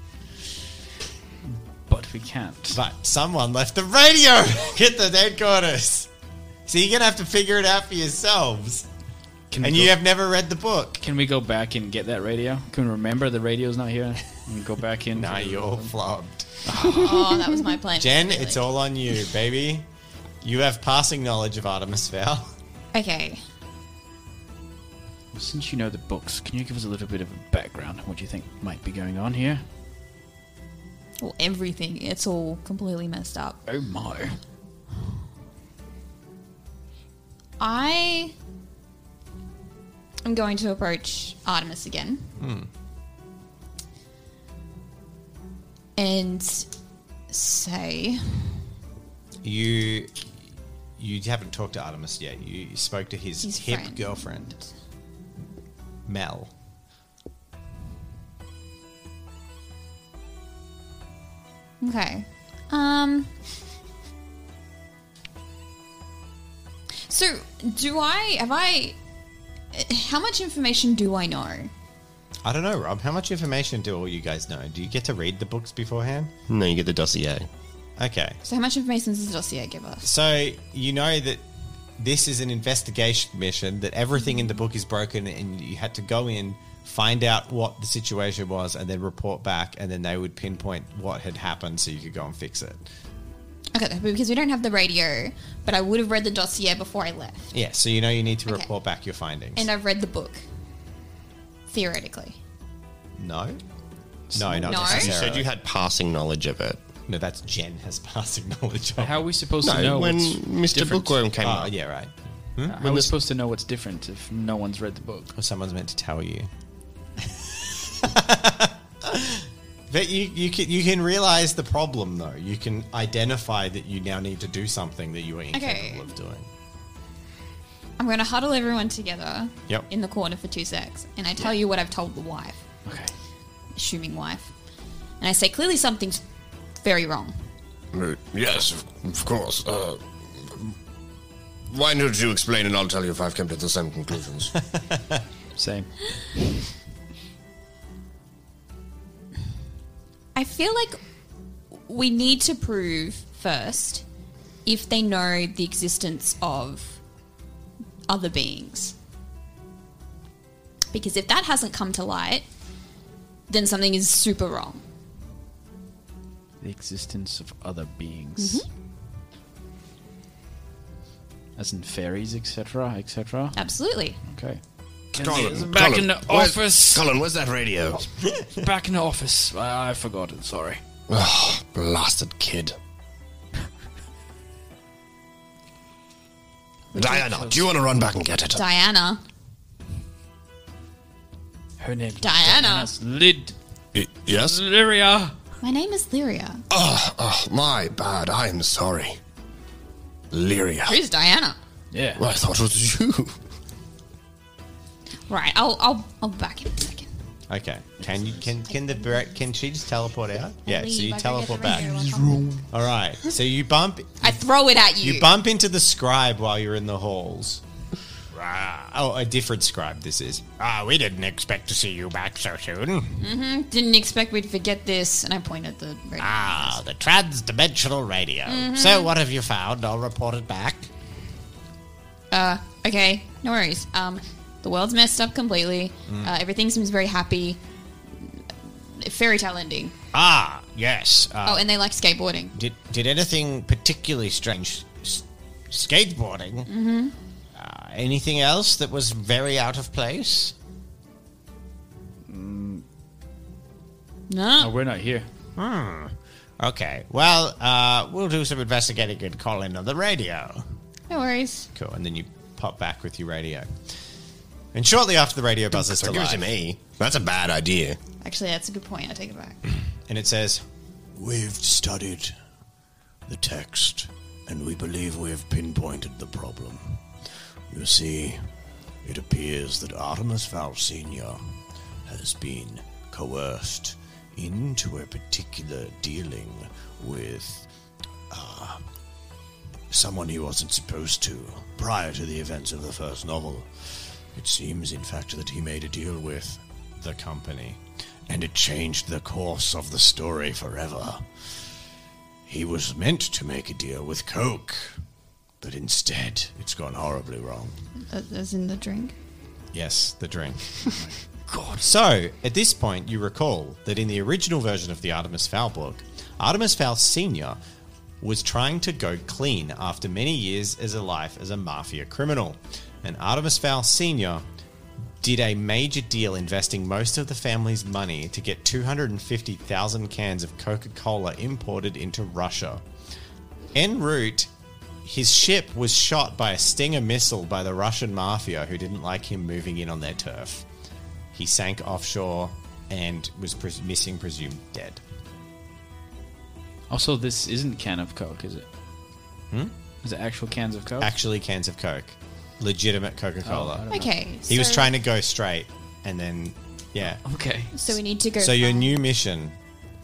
[SPEAKER 1] But we can't.
[SPEAKER 2] But someone left the radio at the headquarters. So you're gonna have to figure it out for yourselves.
[SPEAKER 1] Can
[SPEAKER 2] And
[SPEAKER 1] we
[SPEAKER 2] you
[SPEAKER 1] go-
[SPEAKER 2] have never read the book.
[SPEAKER 1] Can we go back and get that radio? Can we remember the radio's not here? And go back in.
[SPEAKER 2] Nah, you're flopped.
[SPEAKER 4] Oh, that was my plan.
[SPEAKER 2] Jen,
[SPEAKER 4] Really.
[SPEAKER 2] it's all on you, baby. You have passing knowledge of Artemis Fowl.
[SPEAKER 4] okay.
[SPEAKER 1] Since you know the books, can you give us a little bit of a background on what you think might be going on here?
[SPEAKER 4] Well, everything. It's all completely messed up.
[SPEAKER 1] Oh my.
[SPEAKER 4] I am going to approach Artemis again.
[SPEAKER 2] Hmm.
[SPEAKER 4] And say,
[SPEAKER 2] You you haven't talked to Artemis yet. You you spoke to his,
[SPEAKER 4] His
[SPEAKER 2] hip
[SPEAKER 4] friend.
[SPEAKER 2] girlfriend, Mel.
[SPEAKER 4] okay. Um So, do I have I how much information do I know?
[SPEAKER 2] I don't know, Rob. How much information do all you guys know? Do you get to read the books beforehand?
[SPEAKER 5] No, you get the dossier.
[SPEAKER 2] Okay.
[SPEAKER 4] So, how much information does the dossier give us?
[SPEAKER 2] So you know that this is an investigation mission. That everything in the book is broken, and you had to go in, find out what the situation was, and then report back, and then they would pinpoint what had happened, so you could go and fix it.
[SPEAKER 4] Okay, because we don't have the radio, but I would have read the dossier before I left.
[SPEAKER 2] Yeah. So you know you need to
[SPEAKER 4] Okay.
[SPEAKER 2] report back your findings.
[SPEAKER 4] And I've read the book. Theoretically.
[SPEAKER 2] no. No, not
[SPEAKER 4] No.
[SPEAKER 2] necessarily.
[SPEAKER 4] You
[SPEAKER 5] You said you had passing knowledge of it.
[SPEAKER 2] no. That's Jen has passing knowledge of.
[SPEAKER 1] How are we supposed
[SPEAKER 5] No,
[SPEAKER 1] to know
[SPEAKER 5] when
[SPEAKER 1] what's
[SPEAKER 5] Mr.
[SPEAKER 1] different?
[SPEAKER 5] Bookworm came
[SPEAKER 2] Oh,
[SPEAKER 5] out.
[SPEAKER 2] yeah, right.
[SPEAKER 1] How are we supposed to know what's different if no one's read the book?
[SPEAKER 2] Or someone's meant to tell you. but you, you can you can realize the problem though. You can identify that you now need to do something that you were incapable
[SPEAKER 4] Okay.
[SPEAKER 2] of doing.
[SPEAKER 4] I'm going to huddle everyone together
[SPEAKER 2] Yep.
[SPEAKER 4] in the corner for two secs, and I tell you what I've told the wife,
[SPEAKER 1] Okay.
[SPEAKER 4] assuming wife, and I say clearly something's very wrong.
[SPEAKER 3] Uh, Yes, of, of course. Uh, why don't you explain and I'll tell you if I've come to the same conclusions?
[SPEAKER 1] Same.
[SPEAKER 4] I feel like we need to prove first if they know the existence of other beings, because if that hasn't come to light, then something is super wrong.
[SPEAKER 1] The existence of other beings.
[SPEAKER 5] Mm-hmm.
[SPEAKER 1] As in fairies, etc., etc.
[SPEAKER 4] Absolutely.
[SPEAKER 1] Okay. And it's
[SPEAKER 3] Colin,
[SPEAKER 1] back
[SPEAKER 3] Colin,
[SPEAKER 1] in the
[SPEAKER 3] where's-
[SPEAKER 1] office. Oh.
[SPEAKER 3] Colin, where's that radio?
[SPEAKER 1] Back in the office. I, I forgot it. Sorry.
[SPEAKER 3] Oh, blasted kid. Diana, do you want to run back and get it?
[SPEAKER 4] Diana.
[SPEAKER 1] Her name.
[SPEAKER 4] Diana.
[SPEAKER 1] Diana's Lid.
[SPEAKER 3] Y- yes?
[SPEAKER 1] Lyria.
[SPEAKER 4] My name is Lyria.
[SPEAKER 3] Oh, oh, my bad. I am sorry. Lyria.
[SPEAKER 4] Who's Diana?
[SPEAKER 1] Yeah.
[SPEAKER 3] Well, I thought it was you.
[SPEAKER 4] Right, I'll, I'll, I'll back in a second.
[SPEAKER 2] Okay. Can you can can the bra- can she just teleport out? Yeah. So
[SPEAKER 4] Leave,
[SPEAKER 2] you
[SPEAKER 4] I gotta get
[SPEAKER 2] teleport
[SPEAKER 4] the
[SPEAKER 2] back.
[SPEAKER 4] radio, I'll come back.
[SPEAKER 2] All right. So you bump
[SPEAKER 4] I throw it at you.
[SPEAKER 2] you bump into the scribe while you're in the halls. Ah, oh, a different scribe this is. Ah, we didn't expect to see you back so soon.
[SPEAKER 4] Didn't expect we'd forget this, and I point at the radio.
[SPEAKER 2] Ah, the trans-dimensional radio. So what have you found? I'll report it back.
[SPEAKER 4] Uh, okay, no worries. Um, the world's messed up completely.
[SPEAKER 2] Mm.
[SPEAKER 4] Uh, everything seems very happy. Fairy tale ending.
[SPEAKER 2] Ah, yes. Uh,
[SPEAKER 4] Oh, and they like skateboarding.
[SPEAKER 2] Did did anything particularly strange? S- skateboarding. Mm-hmm. Uh, anything else that was very out of place?
[SPEAKER 1] No,
[SPEAKER 4] No,
[SPEAKER 1] we're not here.
[SPEAKER 2] Okay. Well, uh, we'll do some investigating and call in on the radio.
[SPEAKER 4] no worries.
[SPEAKER 2] Cool. And then you pop back with your radio. And shortly after the radio buzzes to
[SPEAKER 3] Don't give it to
[SPEAKER 2] life,
[SPEAKER 3] me. That's a bad idea.
[SPEAKER 4] Actually, that's a good point. I take it back.
[SPEAKER 2] and it says,
[SPEAKER 6] We've studied the text and we believe we have pinpointed the problem. You see, it appears that Artemis Fowl Sr. has been coerced into a particular dealing with uh, someone he wasn't supposed to prior to the events of the first novel. It seems, in fact, that he made a deal with the company, and it changed the course of the story forever. He was meant to make a deal with Coke, but instead, it's gone horribly wrong.
[SPEAKER 4] As in the drink.
[SPEAKER 2] Yes, the drink. God. So, at this point, you recall that in the original version of the Artemis Fowl book, Artemis Fowl Sr. was trying to go clean after many years as a life as a mafia criminal. And Artemis Fowl Sr. did a major deal investing most of the family's money to get 250,000 cans of Coca Cola imported into Russia. En route, his ship was shot by a Stinger missile by the Russian mafia who didn't like him moving in on their turf. He sank offshore and was pres- missing, presumed dead.
[SPEAKER 1] Also, this isn't can of Coke, is it? Hmm? Is it actual cans of Coke?
[SPEAKER 2] Actually, cans of Coke. Legitimate Coca Cola.
[SPEAKER 4] Okay.
[SPEAKER 2] he was
[SPEAKER 4] so-
[SPEAKER 2] trying to go straight and then, yeah.
[SPEAKER 1] Oh, okay.
[SPEAKER 4] So we need to go.
[SPEAKER 2] So, your
[SPEAKER 4] find-
[SPEAKER 2] new mission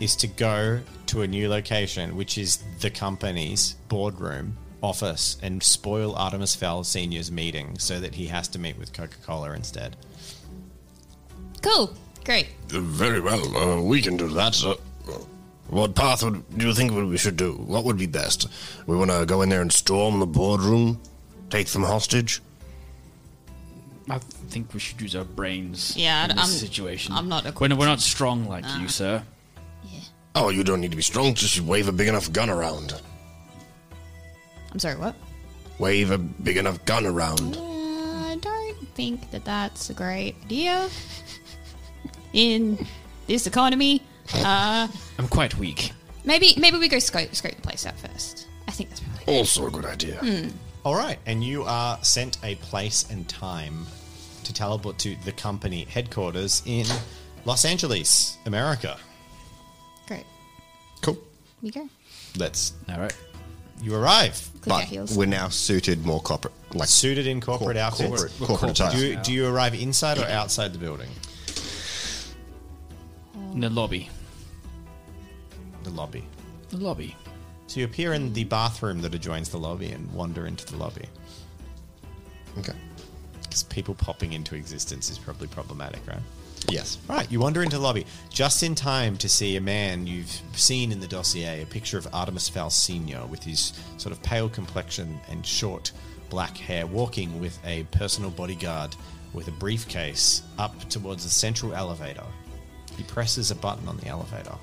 [SPEAKER 2] is to go to a new location, which is the company's boardroom office, and spoil Artemis Fowl Sr.'s meeting so that he has to meet with Coca Cola instead.
[SPEAKER 4] Cool. Great.
[SPEAKER 3] Uh, Very well. Uh, we can do that. Uh, what path would, do you think we should do? What would be best? We want to go in there and storm the boardroom, take them hostage.
[SPEAKER 1] I think we should use our brains.
[SPEAKER 4] Yeah,
[SPEAKER 1] in
[SPEAKER 4] I'd-
[SPEAKER 1] this
[SPEAKER 4] I'm-
[SPEAKER 1] situation.
[SPEAKER 4] I'm not Uh. a-
[SPEAKER 1] We're, we're not strong like you, sir.
[SPEAKER 3] Oh, you don't need to be strong. Just wave a big enough gun around.
[SPEAKER 4] I'm sorry. What?
[SPEAKER 3] Wave a big enough gun around.
[SPEAKER 4] Uh, I don't think that that's a great idea in this economy.
[SPEAKER 1] I'm quite weak.
[SPEAKER 4] Maybe maybe we go scope scope the place out first. I think that's probably
[SPEAKER 3] Also a good idea.
[SPEAKER 2] All right, and you are sent a place and time to teleport to the company headquarters in Los Angeles, America.
[SPEAKER 4] great.
[SPEAKER 5] Cool.
[SPEAKER 4] We go.
[SPEAKER 5] Let's.
[SPEAKER 1] All right.
[SPEAKER 2] You arrive,
[SPEAKER 4] Click our
[SPEAKER 5] But
[SPEAKER 4] heels.
[SPEAKER 5] we're now suited more corporate, like
[SPEAKER 2] suited in corporate outfits.
[SPEAKER 5] corporate,
[SPEAKER 1] We're
[SPEAKER 5] corporate
[SPEAKER 2] Do
[SPEAKER 1] corporate.
[SPEAKER 5] attire.
[SPEAKER 2] you, do you arrive inside or outside the building?
[SPEAKER 1] In the lobby.
[SPEAKER 2] The lobby.
[SPEAKER 1] The lobby.
[SPEAKER 2] So you appear in the bathroom that adjoins the lobby and wander into the lobby.
[SPEAKER 5] Okay.
[SPEAKER 2] Because people popping into existence is probably problematic, right?
[SPEAKER 5] Yes.
[SPEAKER 2] All right, you wander into the lobby just in time to see a man you've seen in the dossier, a picture of Artemis Fowl Sr. with his sort of pale complexion and short black hair, walking with a personal bodyguard with a briefcase up towards the central elevator. He presses a button on the elevator.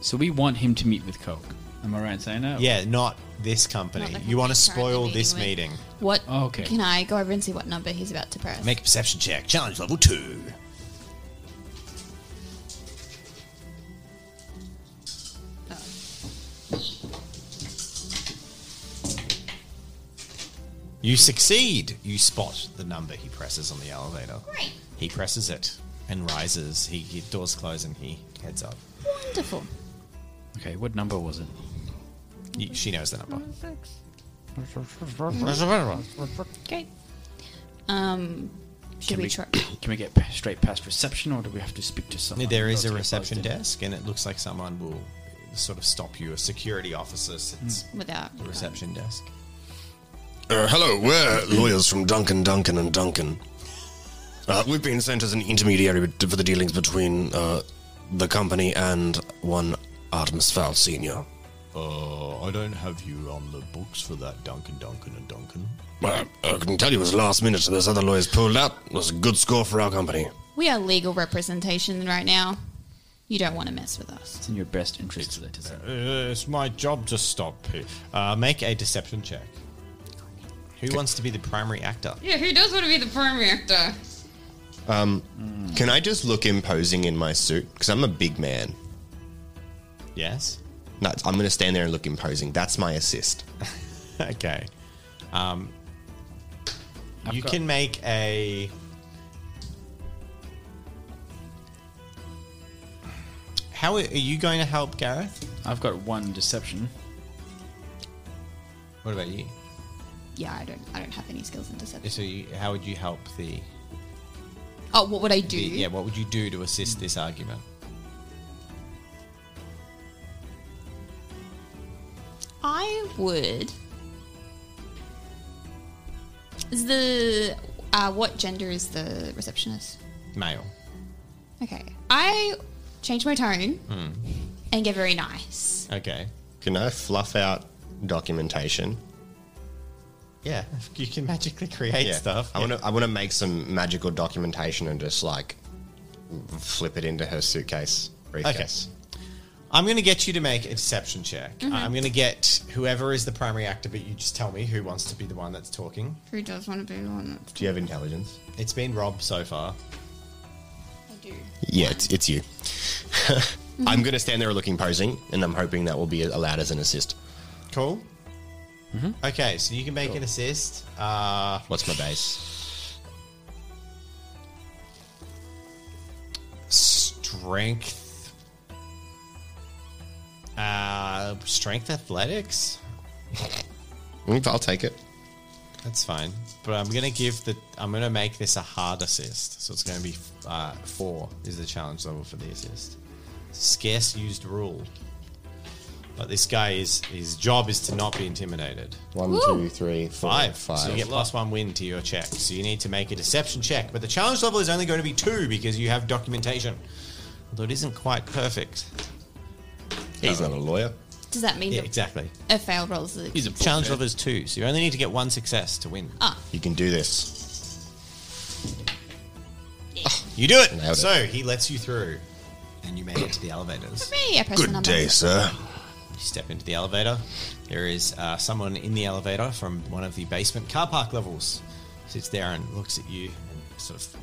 [SPEAKER 1] So we want him to meet with Coke. Am I right in saying that?
[SPEAKER 2] Yeah, not this company.
[SPEAKER 4] Not like
[SPEAKER 2] you want to
[SPEAKER 4] I'm currently
[SPEAKER 2] spoil this
[SPEAKER 4] meeting
[SPEAKER 2] meeting.
[SPEAKER 4] What?
[SPEAKER 1] Oh, okay.
[SPEAKER 4] Can I go over and see what number he's about to press?
[SPEAKER 2] Make a perception check. Challenge level two. You succeed. You spot the number he presses on the elevator.
[SPEAKER 4] Great.
[SPEAKER 2] He presses it and rises. He, he doors close and he heads up.
[SPEAKER 4] Wonderful.
[SPEAKER 1] Okay, what number was it?
[SPEAKER 2] You- she knows the number.
[SPEAKER 4] Okay. Um, should we, try?
[SPEAKER 1] Can we get pa- straight past reception, or do we have to speak to someone?
[SPEAKER 2] There
[SPEAKER 1] who
[SPEAKER 2] is a
[SPEAKER 1] else
[SPEAKER 2] reception
[SPEAKER 1] gets buzzed in?
[SPEAKER 2] desk, and it looks like someone will sort of stop you. A security officer sits
[SPEAKER 4] Without.
[SPEAKER 2] at the reception desk.
[SPEAKER 3] Uh, hello, we're lawyers from Duncan, Duncan, and Duncan. Uh, we've been sent as an intermediary bet- for the dealings between uh, the company and one Artemis Fowl Senior.
[SPEAKER 6] Uh, I don't have you on the books for that, Duncan, Duncan, and Duncan.
[SPEAKER 3] Well, I can tell you it was last minute, so this other lawyer's pulled out. It was a good score for our company.
[SPEAKER 4] We are legal representation right now. You don't want to mess with us.
[SPEAKER 1] It's in your best interest that it is.
[SPEAKER 2] Uh, it's my job to stop. pe- Uh, make a deception check. Who wants to be the primary actor?
[SPEAKER 4] Yeah, who does want to be the primary actor?
[SPEAKER 5] Can I just look imposing in my suit? Because I'm a big man.
[SPEAKER 2] Yes.
[SPEAKER 5] No, I'm going to stand there and look imposing. That's my assist.
[SPEAKER 2] okay. Um, you
[SPEAKER 1] got-
[SPEAKER 2] can make a. How are are you going to help Gareth?
[SPEAKER 1] I've got one deception.
[SPEAKER 2] What about you?
[SPEAKER 4] Yeah, I don't. I don't have any skills in deception.
[SPEAKER 2] So, you, how would you help the,
[SPEAKER 4] Oh, what would I do?
[SPEAKER 2] the? Yeah, what would you do to assist this argument?
[SPEAKER 4] I would. Is the uh, what gender is the receptionist?
[SPEAKER 2] Male.
[SPEAKER 4] Okay, I change my tone
[SPEAKER 2] Hmm.
[SPEAKER 4] and get very nice.
[SPEAKER 2] Okay.
[SPEAKER 5] Can I fluff out documentation?
[SPEAKER 2] Yeah, you can magically create stuff.
[SPEAKER 5] I want to. I want to make some magical documentation and just like flip it into her suitcase briefcase.
[SPEAKER 2] I'm going to get you to make a deception check. I'm going to get whoever is the primary actor, but you just tell me who wants to be the one that's talking.
[SPEAKER 4] Who does want to be on it?
[SPEAKER 5] Do you have intelligence?
[SPEAKER 2] It's been Rob so far.
[SPEAKER 4] I do.
[SPEAKER 5] Yeah, it's, it's you. I'm going to stand there looking posing, and I'm hoping that will be allowed as an assist.
[SPEAKER 2] Cool. Okay, so you can make an assist. Uh,
[SPEAKER 5] Mm-hmm. What's my base?
[SPEAKER 2] strength. Uh, strength athletics.
[SPEAKER 5] Mm, I'll take it.
[SPEAKER 2] That's fine, but I'm gonna give the. I'm gonna make this a hard assist, so it's gonna be uh, four is the challenge level for the assist. Scarce used rule, but this guy is his job is to not be intimidated.
[SPEAKER 5] One,
[SPEAKER 4] Woo!
[SPEAKER 5] two, three, four,
[SPEAKER 2] Five,
[SPEAKER 5] five.
[SPEAKER 2] so you get plus one win to your check. So you need to make a deception check, but the challenge level is only going to be two because you have documentation, although it isn't quite perfect.
[SPEAKER 5] He's not a lawyer.
[SPEAKER 4] Does that mean
[SPEAKER 2] Yeah,
[SPEAKER 4] that
[SPEAKER 2] exactly.
[SPEAKER 4] a failed roll is a
[SPEAKER 1] He's a
[SPEAKER 2] Challenge
[SPEAKER 1] bullhead.
[SPEAKER 2] level is two, so you only need to get one success to win.
[SPEAKER 5] You can do this.
[SPEAKER 2] You do it.
[SPEAKER 5] Nailed it.
[SPEAKER 2] So he lets you through, and you make it to the elevators.
[SPEAKER 4] Hey, I press the
[SPEAKER 3] Good
[SPEAKER 4] number.
[SPEAKER 3] day, sir.
[SPEAKER 2] You step into the elevator. There is uh, someone in the elevator from one of the basement car park levels. Sits there and looks at you and sort of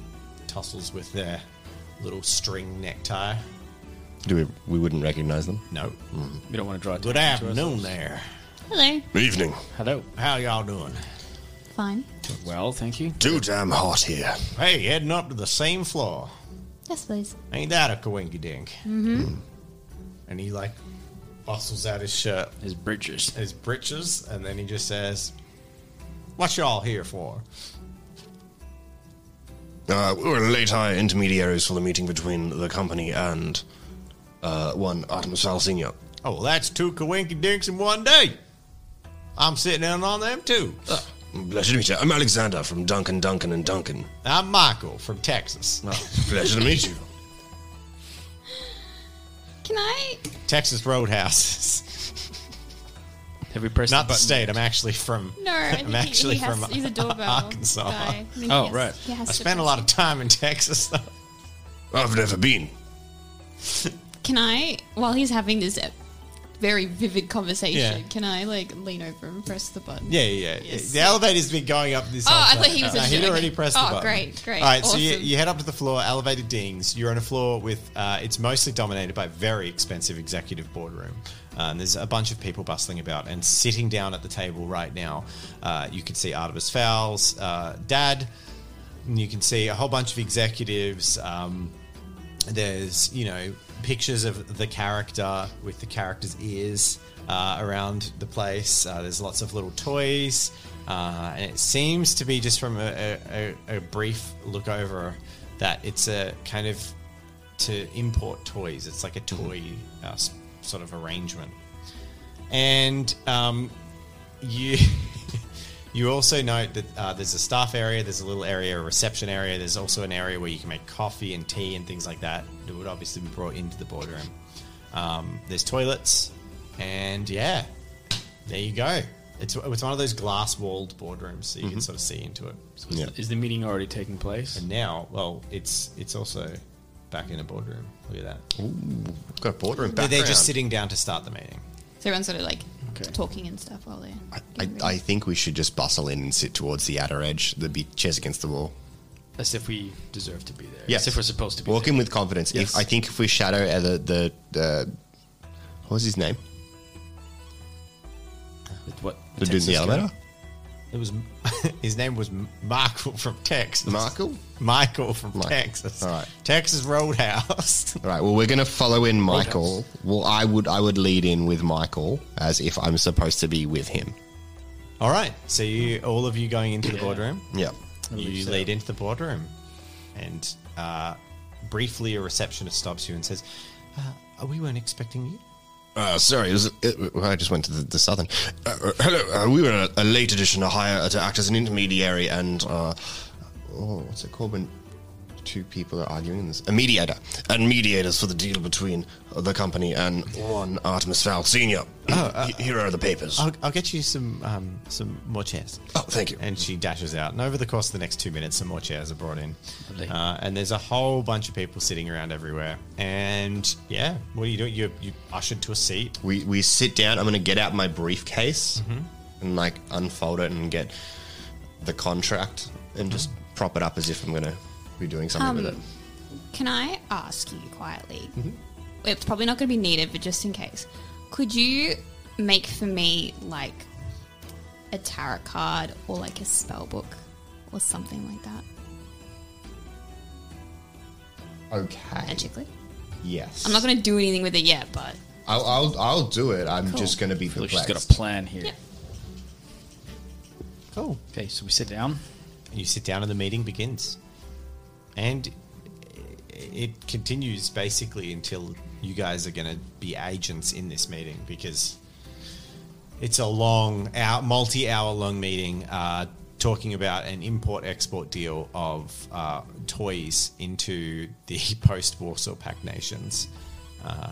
[SPEAKER 2] tussles with their little string necktie.
[SPEAKER 5] Do we? We wouldn't recognize them.
[SPEAKER 2] No.
[SPEAKER 1] We don't want to draw attention
[SPEAKER 2] Good
[SPEAKER 1] to
[SPEAKER 2] afternoon
[SPEAKER 1] ourselves.
[SPEAKER 2] there.
[SPEAKER 4] Hello.
[SPEAKER 3] Evening.
[SPEAKER 1] Hello.
[SPEAKER 2] How y'all doing?
[SPEAKER 4] Fine.
[SPEAKER 1] Well, thank you.
[SPEAKER 3] Too damn hot here.
[SPEAKER 2] Hey, heading up to the same floor.
[SPEAKER 4] Yes, please.
[SPEAKER 2] Ain't that a coinky dink? Mm-hmm. And he like bustles out his shirt,
[SPEAKER 1] His bridges.
[SPEAKER 2] his breeches, and then he just says, "What y'all here for?"
[SPEAKER 3] Uh, we were late hire intermediaries for the meeting between the company and uh, one Artemis Fowl Senior.
[SPEAKER 2] Oh, well, that's two coinky dinks in one day. I'm sitting in on them too.
[SPEAKER 3] Pleasure to meet you. I'm Alexander from Duncan, Duncan, and Duncan.
[SPEAKER 2] I'm Michael from Texas.
[SPEAKER 3] Pleasure to meet you.
[SPEAKER 4] Can I?
[SPEAKER 2] Texas Roadhouse.
[SPEAKER 1] Have we pressed
[SPEAKER 2] Not the
[SPEAKER 1] the button?
[SPEAKER 2] state. I'm actually from.
[SPEAKER 4] No, I think
[SPEAKER 2] I'm actually
[SPEAKER 4] he, he has,
[SPEAKER 2] from
[SPEAKER 4] he's a doorbell
[SPEAKER 2] Arkansas.
[SPEAKER 4] guy. I mean,
[SPEAKER 1] Oh,
[SPEAKER 4] he has-
[SPEAKER 1] right.
[SPEAKER 4] He has
[SPEAKER 2] I
[SPEAKER 4] to
[SPEAKER 2] spent a
[SPEAKER 4] press
[SPEAKER 2] lot of time in Texas. Though.
[SPEAKER 3] I've never been.
[SPEAKER 4] Can I, while he's having this uh, very vivid conversation.
[SPEAKER 2] Yeah.
[SPEAKER 4] Can I like lean over and press the button?
[SPEAKER 2] Yeah, yeah, yeah.
[SPEAKER 4] Yes.
[SPEAKER 2] The elevator's been going up this
[SPEAKER 4] Oh,
[SPEAKER 2] whole
[SPEAKER 4] I
[SPEAKER 2] time.
[SPEAKER 4] thought he was
[SPEAKER 2] No,
[SPEAKER 4] gonna
[SPEAKER 2] he'd
[SPEAKER 4] do it.
[SPEAKER 2] already
[SPEAKER 4] Okay.
[SPEAKER 2] pressed the
[SPEAKER 4] Oh,
[SPEAKER 2] button.
[SPEAKER 4] great, great.
[SPEAKER 2] All right, so you,
[SPEAKER 4] Awesome.
[SPEAKER 2] you head up to the floor, elevator dings. You're on a floor with, uh, it's mostly dominated by a very expensive executive boardroom. Uh, and there's a bunch of people bustling about. And sitting down at the table right now, uh, you can see Artemis Fowles, uh, Dad. And you can see a whole bunch of executives. Um, there's you know pictures of the character with the character's ears uh, around the place. Uh, there's lots of little toys, uh, and it seems to be just from a, a, a a brief look over that it's a kind of to import toys. It's like a toy uh, s- sort of arrangement, and um, you you also note that uh, there's a staff area, there's a little area, a reception area. There's also an area where you can make coffee and tea and things like that. It would obviously be brought into the boardroom. Um, there's toilets, and yeah, there you go. It's it's one of those glass walled boardrooms, so you can sort of see into it. So it's-
[SPEAKER 5] Yeah.
[SPEAKER 1] Is the meeting already taking place?
[SPEAKER 2] And now, well, it's it's also back in a boardroom. Look at that.
[SPEAKER 5] I've got a boardroom background.
[SPEAKER 2] They're just sitting down to start the meeting.
[SPEAKER 4] So everyone's sort of like
[SPEAKER 1] Okay.
[SPEAKER 4] talking and stuff while they're.
[SPEAKER 5] I, I,
[SPEAKER 4] getting
[SPEAKER 5] I
[SPEAKER 4] ready.
[SPEAKER 5] think we should just bustle in and sit towards the outer edge. There'd be chairs against the wall.
[SPEAKER 1] As if we deserve to be there.
[SPEAKER 5] Yes.
[SPEAKER 1] As if we're supposed to be
[SPEAKER 5] Walk
[SPEAKER 1] there.
[SPEAKER 5] in with confidence.
[SPEAKER 1] Yes.
[SPEAKER 5] If I think if we shadow uh, the the, the what was his name?
[SPEAKER 1] With what?
[SPEAKER 5] The dude in the
[SPEAKER 1] Texas guy?
[SPEAKER 5] elevator.
[SPEAKER 2] It was his name was Michael from Texas.
[SPEAKER 5] Michael?
[SPEAKER 2] Michael from
[SPEAKER 5] Michael.
[SPEAKER 2] Texas.
[SPEAKER 5] All right.
[SPEAKER 2] Texas Roadhouse.
[SPEAKER 5] All right. Well, we're gonna follow in Michael. Well, I would I would lead in with Michael as if I'm supposed to be with him.
[SPEAKER 2] all right. So you, all of you, going into the boardroom.
[SPEAKER 5] Yeah.
[SPEAKER 2] You lead into the boardroom, and uh, briefly a receptionist stops you and says, uh, "We weren't expecting you."
[SPEAKER 3] Uh, sorry, it was, it, I just went to the, the southern. Uh, uh, hello, uh, we were a, a late addition to hire uh, to act as an intermediary and uh,
[SPEAKER 5] Oh, what's it called when two people are arguing? in This
[SPEAKER 3] a mediator and mediators for the deal between uh, the company and one Artemis Fowl Senior. He- Here are the papers.
[SPEAKER 2] I'll, I'll get you some um, some more chairs.
[SPEAKER 3] oh, thank you.
[SPEAKER 2] And she dashes out. And over the course of the next two minutes, some more chairs are brought in.
[SPEAKER 1] Lovely.
[SPEAKER 2] Uh, and there's a whole bunch of people sitting around everywhere. And yeah, what are you doing? You're, you ushered to a seat.
[SPEAKER 5] we we sit down. I'm gonna get out my briefcase
[SPEAKER 1] Mm-hmm.
[SPEAKER 5] and like unfold it and get the contract and just
[SPEAKER 1] Mm-hmm.
[SPEAKER 5] prop it up as if I'm gonna be doing something with it.
[SPEAKER 4] Um, Can I ask you quietly?
[SPEAKER 2] Mm-hmm.
[SPEAKER 4] It's probably not going to be needed, but just in case, could you make for me like a tarot card or like a spell book or something like that
[SPEAKER 5] Okay.
[SPEAKER 4] magically?
[SPEAKER 5] Yes.
[SPEAKER 4] I'm not going to do anything with it yet, but
[SPEAKER 5] I'll, I'll I'll do it. I'm
[SPEAKER 4] Cool.
[SPEAKER 5] just gonna be
[SPEAKER 1] Well, she's
[SPEAKER 5] perplexed.
[SPEAKER 1] got a plan here.
[SPEAKER 4] Yep.
[SPEAKER 2] Cool.
[SPEAKER 1] Okay, so we sit down.
[SPEAKER 2] You sit down and the meeting begins. And it continues basically until you guys are going to be agents in this meeting because it's a long, hour, multi-hour long meeting uh, talking about an import-export deal of uh, toys into the post-Warsaw Pact nations. Uh,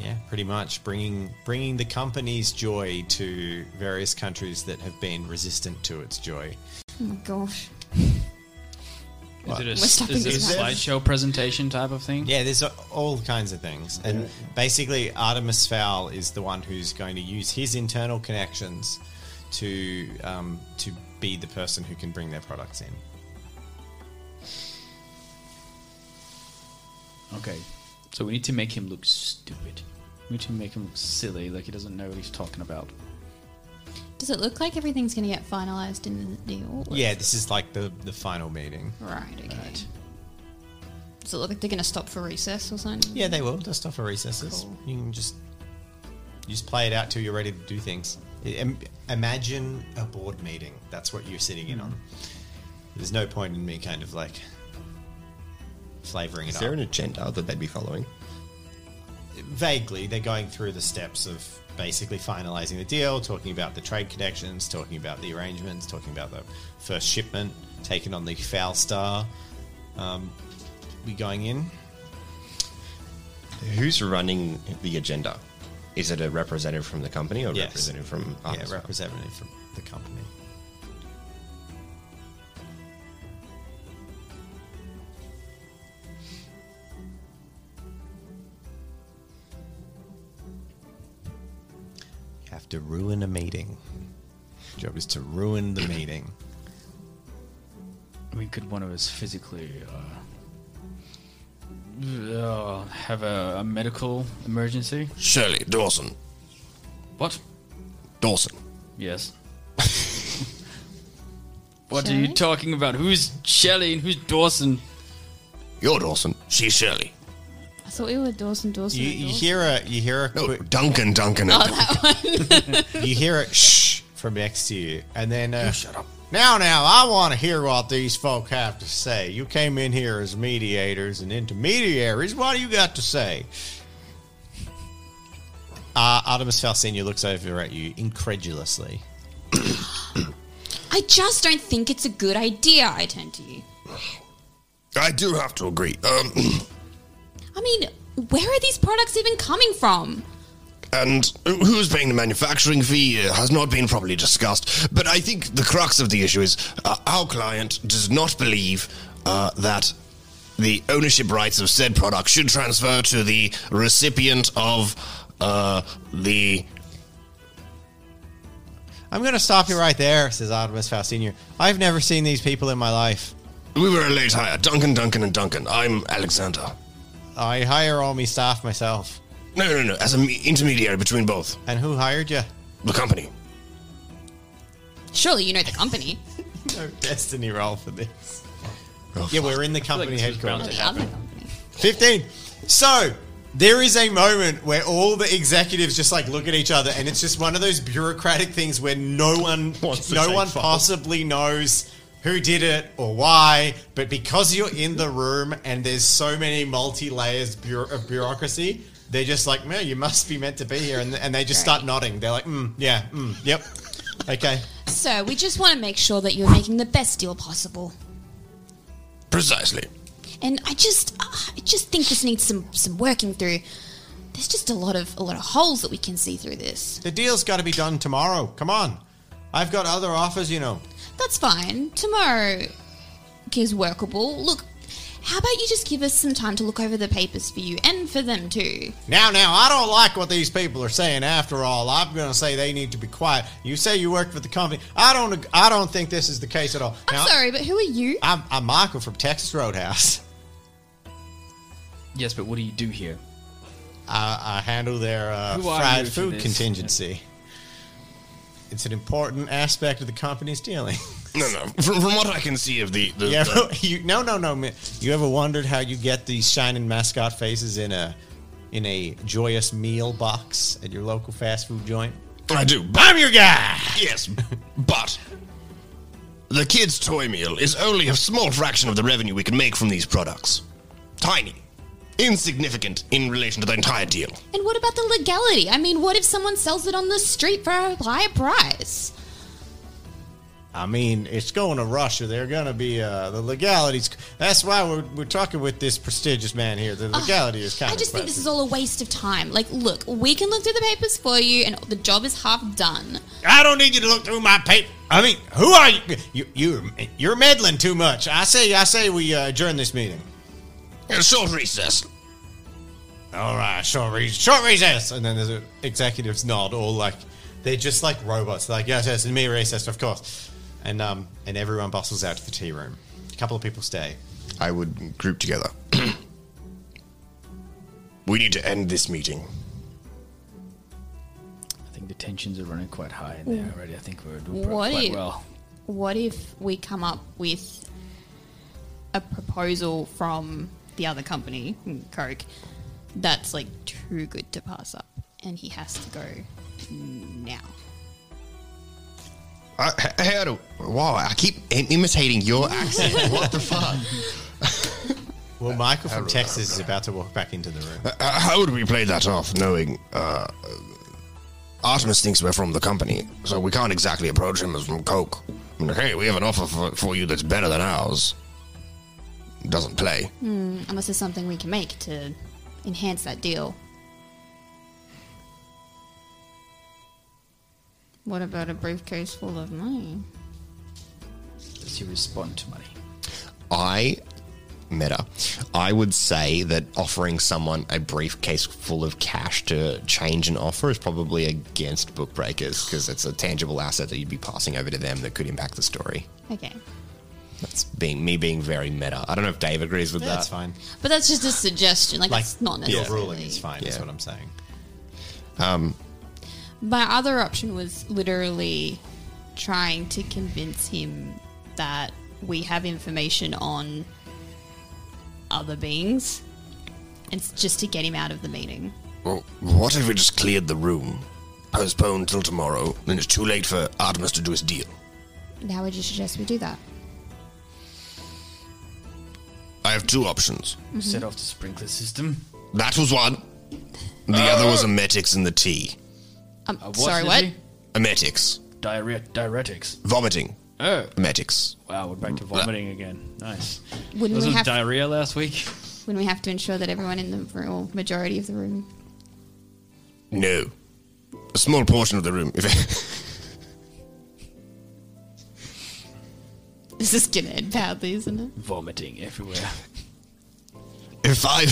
[SPEAKER 2] yeah, pretty much bringing bringing the company's joy to various countries that have been resistant to its joy.
[SPEAKER 4] oh my gosh,
[SPEAKER 1] Is it a,
[SPEAKER 4] stopping
[SPEAKER 1] is it a
[SPEAKER 4] this now.
[SPEAKER 1] slideshow presentation type of thing?
[SPEAKER 2] Yeah, there's all kinds of things. And basically, Artemis Fowl is the one who's going to use his internal connections to um, to be the person who can bring their products in.
[SPEAKER 1] Okay. So we need to make him look stupid. We need to make him look silly, like he doesn't know what he's talking about.
[SPEAKER 4] does it look like everything's going to get finalized in the deal?
[SPEAKER 2] Yeah, this is like the, the final meeting.
[SPEAKER 4] Right. Okay. Does it look like they're going to stop for recess or something?
[SPEAKER 2] Yeah, they will. Dust off for recesses.
[SPEAKER 4] Cool.
[SPEAKER 2] You can just you just play it out till you're ready to do things. I- im- imagine a board meeting. That's what you're sitting
[SPEAKER 5] Hmm.
[SPEAKER 2] in on. There's no point in me kind of like flavoring it
[SPEAKER 5] Is
[SPEAKER 2] up.
[SPEAKER 5] there an agenda that they'd be following?
[SPEAKER 2] vaguely they're going through the steps of basically finalizing the deal talking about the trade connections talking about the arrangements talking about the first shipment taking on the foul star um, we going in
[SPEAKER 5] Who's running the agenda? Is it a representative from the company or
[SPEAKER 2] Yes.
[SPEAKER 5] representative from
[SPEAKER 2] yeah
[SPEAKER 5] Artemis?
[SPEAKER 2] representative from the company have to ruin a meeting. Job is to ruin the meeting.
[SPEAKER 1] I mean, could one of us physically uh, uh, have a, a medical emergency?
[SPEAKER 3] Shirley, Dawson.
[SPEAKER 1] What?
[SPEAKER 3] Dawson.
[SPEAKER 1] Yes. what are
[SPEAKER 4] Shelley?
[SPEAKER 1] you talking about? Who's Shelley and who's Dawson?
[SPEAKER 3] You're Dawson. She's Shirley.
[SPEAKER 4] I thought we were Dawson, Dawson.
[SPEAKER 2] You,
[SPEAKER 4] and
[SPEAKER 2] you
[SPEAKER 4] Dawson.
[SPEAKER 2] hear a you hear a
[SPEAKER 3] No,
[SPEAKER 2] quick,
[SPEAKER 3] Duncan, Duncan. and Duncan.
[SPEAKER 2] you hear a shh from next to you, and then uh, shut up. Now, now, I want to hear what these folk have to say. You came in here as mediators and intermediaries. What do you got to say? Uh, Artemis Falsenia looks over at you incredulously.
[SPEAKER 7] I just don't think it's a good idea, I turn to you.
[SPEAKER 3] I do have to agree. Um,
[SPEAKER 7] I mean, where are these products even coming from?
[SPEAKER 3] and who's paying the manufacturing fee uh, has not been properly discussed. But I think the crux of the issue is uh, our client does not believe uh, that the ownership rights of said product should transfer to the recipient of uh, the.
[SPEAKER 2] I'm going to stop you right there, says Artemis Faustina. I've never seen these people in my life.
[SPEAKER 3] We were a late hire. Duncan, Duncan, and Duncan. I'm Alexander.
[SPEAKER 2] I hire all my staff myself.
[SPEAKER 3] No, no, no. As an intermediary between both.
[SPEAKER 2] And who hired you?
[SPEAKER 3] The company.
[SPEAKER 7] Surely you know the company.
[SPEAKER 2] No destiny roll for this. yeah, we're in the company
[SPEAKER 1] this was bound
[SPEAKER 2] headquarters.
[SPEAKER 1] to
[SPEAKER 7] The other company.
[SPEAKER 2] 15. So, there is a moment where all the executives just like look at each other and it's just one of those bureaucratic things where no one
[SPEAKER 5] Wants to
[SPEAKER 2] no
[SPEAKER 5] take
[SPEAKER 2] one
[SPEAKER 5] fault.
[SPEAKER 2] possibly knows who did it or why, but because you're in the room and there's so many multi-layers bureau- of bureaucracy, they're just like, "Man, you must be meant to be here." And, and they just start nodding. They're like, mm, "Yeah, mm, yep." Okay.
[SPEAKER 7] So we just want to make sure that you're making the best deal possible.
[SPEAKER 3] Precisely.
[SPEAKER 7] And I just, ah, I just think this needs some some working through. There's just a lot of a lot of holes that we can see through this.
[SPEAKER 2] The deal's got to be done tomorrow. Come on. I've got other offers, you know.
[SPEAKER 7] That's fine. Tomorrow is workable. Look, how about you just give us some time to look over the papers for you and for them too.
[SPEAKER 2] Now, now, I don't like what these people are saying. After all, I'm going to say they need to be quiet. You say you work for the company. I don't. ag- I don't think this is the case at all.
[SPEAKER 7] I'm sorry, but who are you?
[SPEAKER 2] I'm, I'm Michael from Texas Roadhouse.
[SPEAKER 1] Yes, but what do you do here?
[SPEAKER 2] I, I handle their uh,
[SPEAKER 1] Who are
[SPEAKER 2] fried
[SPEAKER 1] you for
[SPEAKER 2] food
[SPEAKER 1] this?
[SPEAKER 2] contingency. It's an important aspect of the company's dealing.
[SPEAKER 3] No, no. From, from what I can see of the. the
[SPEAKER 2] you ever,
[SPEAKER 3] the-
[SPEAKER 2] you, no, no, no. man. You ever wondered how you get these shining mascot faces in a in a joyous meal box at your local fast food joint?
[SPEAKER 3] I do. But
[SPEAKER 2] I'm your guy.
[SPEAKER 3] Yes, but the kids' toy meal is only a small fraction of the revenue we can make from these products. Tiny. Insignificant in relation to the entire deal.
[SPEAKER 7] And what about the legality? I mean, what if someone sells it on the street for a higher price?
[SPEAKER 2] I mean, it's going to Russia. They're going to be uh, the legalities. That's why we're, we're talking with this prestigious man here. The legality is kind
[SPEAKER 7] I
[SPEAKER 2] of.
[SPEAKER 7] just think this is all a waste of time. Like, look, we can look through the papers for you, and the job is half done.
[SPEAKER 2] I don't need you to look through my paper. I mean, who are you? You you you're meddling too much. I say I say we uh, adjourn this meeting.
[SPEAKER 3] A short recess.
[SPEAKER 2] All right, short recess. Short recess. And then there's a executives nod, all like they're just like robots. They're like yes, yes, and me recess, of course. And um and everyone bustles out to the tea room. A couple of people stay.
[SPEAKER 3] I would group together. we need to end this meeting.
[SPEAKER 1] I think the tensions are running quite high in there already. I think we're doing pro-
[SPEAKER 4] What
[SPEAKER 1] quite
[SPEAKER 4] if-
[SPEAKER 1] well.
[SPEAKER 4] What if we come up with a proposal from the other company, Coke, that's like too good to pass up, and he has to go now?
[SPEAKER 5] I, I heard a, wow, I keep im- imitating your accent. what the fuck?
[SPEAKER 2] Well, Michael from Texas is about to walk back into the room.
[SPEAKER 3] Uh, how would we play that off, knowing uh, Artemis thinks we're from the company, so we can't exactly approach him as from Coke. I mean, hey, we have an offer for, for you that's better than ours. Doesn't play.
[SPEAKER 7] Unless there's something we can make to enhance that deal.
[SPEAKER 4] What about a briefcase full of money?
[SPEAKER 1] Does he respond to money?
[SPEAKER 5] I meta. I would say that offering someone a briefcase full of cash to change an offer is probably against book breakers because it's a tangible asset that you'd be passing over to them that could impact the story.
[SPEAKER 7] Okay.
[SPEAKER 5] That's being me being very meta. I don't know if Dave agrees with that.
[SPEAKER 2] That's fine.
[SPEAKER 7] But that's just a suggestion. Like, it's not
[SPEAKER 2] your
[SPEAKER 7] necessarily.
[SPEAKER 2] ruling is fine. Is
[SPEAKER 5] Yeah.
[SPEAKER 2] what I'm saying.
[SPEAKER 7] My other option was literally trying to convince him that we have information on other beings and s- just to get him out of the meeting.
[SPEAKER 3] Well, what if we just cleared the room? Postponed till tomorrow, then it's too late for Artemis to do his deal.
[SPEAKER 7] How would you suggest we do that?
[SPEAKER 3] I have two options.
[SPEAKER 7] Mm-hmm.
[SPEAKER 1] Set off the sprinkler system.
[SPEAKER 3] That was one. The other was emetics in the tea.
[SPEAKER 7] Um,
[SPEAKER 1] Uh,
[SPEAKER 7] sorry,
[SPEAKER 1] did
[SPEAKER 7] what?
[SPEAKER 1] he?
[SPEAKER 3] Emetics.
[SPEAKER 1] Diarrhea, diuretics.
[SPEAKER 3] Vomiting.
[SPEAKER 1] Oh,
[SPEAKER 3] Emetics.
[SPEAKER 1] wow, we're back to vomiting again. Nice.
[SPEAKER 7] Wouldn't we
[SPEAKER 1] Wasn't
[SPEAKER 7] have-
[SPEAKER 1] diarrhea last week?
[SPEAKER 7] Wouldn't we have to ensure that everyone in the room, or majority of the room,
[SPEAKER 3] No. A small portion of the room. If-
[SPEAKER 7] this is gonna end badly, isn't it?
[SPEAKER 1] Vomiting everywhere.
[SPEAKER 3] If I.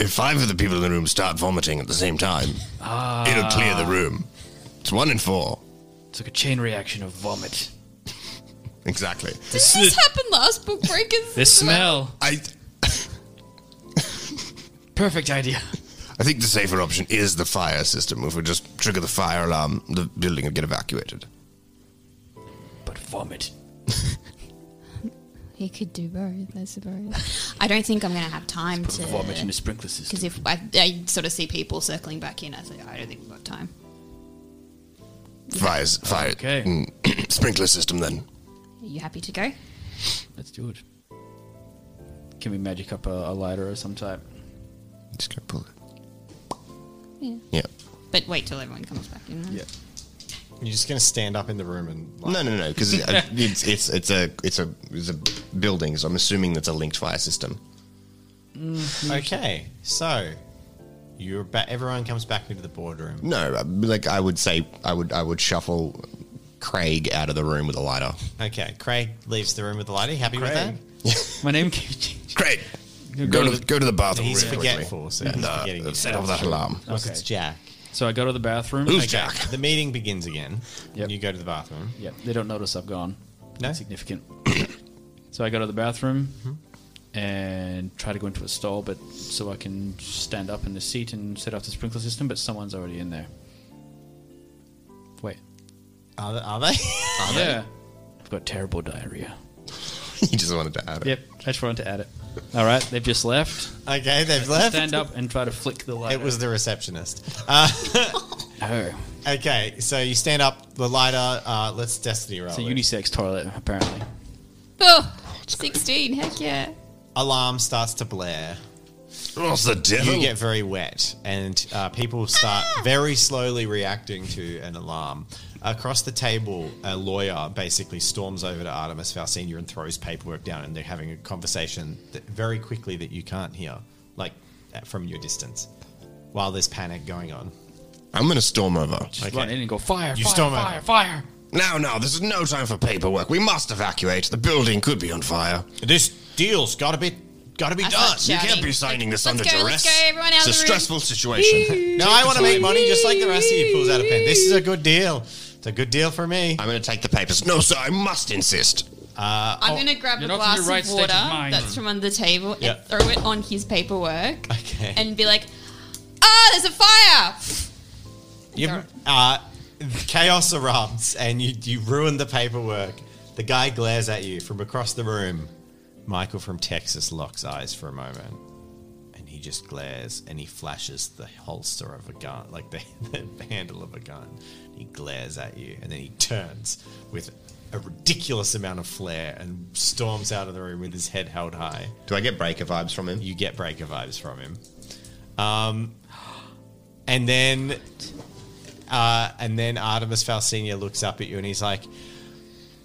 [SPEAKER 3] if five of the people in the room start vomiting at the same time, it'll clear the room. It's one in four.
[SPEAKER 1] It's like a chain reaction of vomit.
[SPEAKER 3] Exactly.
[SPEAKER 7] This, this happened last book breakers.
[SPEAKER 1] The smell.
[SPEAKER 3] I.
[SPEAKER 1] Perfect idea.
[SPEAKER 3] I think the safer option is the fire system. If we just trigger the fire alarm, the building would get evacuated.
[SPEAKER 1] But vomit.
[SPEAKER 7] He could do both, I suppose. I don't think I'm gonna have time to
[SPEAKER 1] Vomit in the sprinkler system.
[SPEAKER 7] Because if I, I sort of see people circling back in, I think I don't think we've got time.
[SPEAKER 3] Fires, fire.
[SPEAKER 1] Okay.
[SPEAKER 3] mm, sprinkler system then.
[SPEAKER 7] Are you happy to go?
[SPEAKER 1] Let's do it. Can we magic up a, a lighter of some type?
[SPEAKER 5] Just go pull it.
[SPEAKER 7] Yeah.
[SPEAKER 5] Yeah.
[SPEAKER 7] But wait till everyone comes back in. Yeah.
[SPEAKER 2] You're just gonna stand up in the room and like,
[SPEAKER 5] No, no, no, because it's it's it's a it's a it's a building. So I'm assuming that's a linked fire system.
[SPEAKER 2] Okay, so you're ba- everyone comes back into the boardroom.
[SPEAKER 5] No, uh, like I would say, I would I would shuffle Craig out of the room with a lighter.
[SPEAKER 2] Okay, Craig leaves the room with the lighter. You happy with
[SPEAKER 1] Craig.
[SPEAKER 2] that?
[SPEAKER 1] My name can change.
[SPEAKER 3] Great.
[SPEAKER 1] Go
[SPEAKER 3] Go
[SPEAKER 1] to
[SPEAKER 3] to the, go to the bathroom.
[SPEAKER 2] He's
[SPEAKER 3] really
[SPEAKER 2] forgetful, so he's
[SPEAKER 3] quickly. And
[SPEAKER 2] forgetting.
[SPEAKER 3] uh,
[SPEAKER 2] it.
[SPEAKER 3] set off that alarm.
[SPEAKER 2] Because It's Jack.
[SPEAKER 1] So I go to the bathroom.
[SPEAKER 3] Who's
[SPEAKER 1] I-
[SPEAKER 3] Jack?
[SPEAKER 2] The meeting begins again.
[SPEAKER 1] Yep.
[SPEAKER 2] You go to the bathroom.
[SPEAKER 1] Yeah, they don't notice I've gone.
[SPEAKER 2] No?
[SPEAKER 1] Significant. so I go to the bathroom and try to go into a stall, but so I can stand up in the seat and set off the sprinkler system, but someone's already in there. Wait.
[SPEAKER 2] Are they? Are they?
[SPEAKER 1] yeah. I've got terrible diarrhea.
[SPEAKER 5] you just wanted to add it.
[SPEAKER 1] Yep, I just wanted to add it. All right, they've just left.
[SPEAKER 2] okay, they've left.
[SPEAKER 1] Stand up and try to flick the light.
[SPEAKER 2] It was the receptionist.
[SPEAKER 1] Oh,
[SPEAKER 2] Okay, so you stand up, the lighter. Uh, let's destiny roll.
[SPEAKER 1] it's a
[SPEAKER 2] it.
[SPEAKER 1] unisex toilet, apparently.
[SPEAKER 7] Oh, 16, heck yeah.
[SPEAKER 2] Alarm starts to blare.
[SPEAKER 3] What's the devil?
[SPEAKER 2] you get very wet, and uh, people start very slowly reacting to an alarm. Across the table, a lawyer basically storms over to Artemis Fowl Senior and throws paperwork down, and they're having a conversation that very quickly that you can't hear, like uh, from your distance, while there's panic going on.
[SPEAKER 3] I'm gonna storm over.
[SPEAKER 1] Just run in and go fire,
[SPEAKER 2] You
[SPEAKER 1] fire,
[SPEAKER 2] storm
[SPEAKER 1] fire,
[SPEAKER 2] out.
[SPEAKER 1] fire.
[SPEAKER 3] Now, now, this is no time for paperwork. We must evacuate. The building could be on fire.
[SPEAKER 2] This deal's got to be got to be done.
[SPEAKER 7] thought you-
[SPEAKER 3] You can't
[SPEAKER 7] Shouting.
[SPEAKER 3] be signing this
[SPEAKER 7] Let's
[SPEAKER 3] under
[SPEAKER 7] go, let's
[SPEAKER 3] duress.
[SPEAKER 7] go, everyone out
[SPEAKER 3] it's
[SPEAKER 7] of
[SPEAKER 3] a
[SPEAKER 7] the room.
[SPEAKER 3] stressful situation.
[SPEAKER 2] No, I want to make money just like the rest of you. Pulls out a pen. This is a good deal. It's a good deal for me.
[SPEAKER 3] I'm gonna take the papers. No, sir, I must insist.
[SPEAKER 7] I'm going to grab a
[SPEAKER 1] Oh, You're not in
[SPEAKER 7] glass
[SPEAKER 1] your right
[SPEAKER 7] of
[SPEAKER 1] state of
[SPEAKER 7] water
[SPEAKER 1] mind.
[SPEAKER 7] that's from under the table
[SPEAKER 2] Yeah.
[SPEAKER 7] and throw it on his paperwork
[SPEAKER 2] Okay.
[SPEAKER 7] and be like, ah, there's a fire.
[SPEAKER 2] You, uh, chaos erupts and you, you ruin the paperwork. The guy glares at you from across the room. Michael from Texas locks eyes for a moment and he just glares and he flashes the holster of a gun, like the, the handle of a gun. He glares at you and then he turns with a ridiculous amount of flair and storms out of the room with his head held high.
[SPEAKER 5] Do I get breaker vibes from him?
[SPEAKER 2] You get breaker vibes from him. Um, and then, uh, and then Artemis Fowl Senior looks up at you and he's like,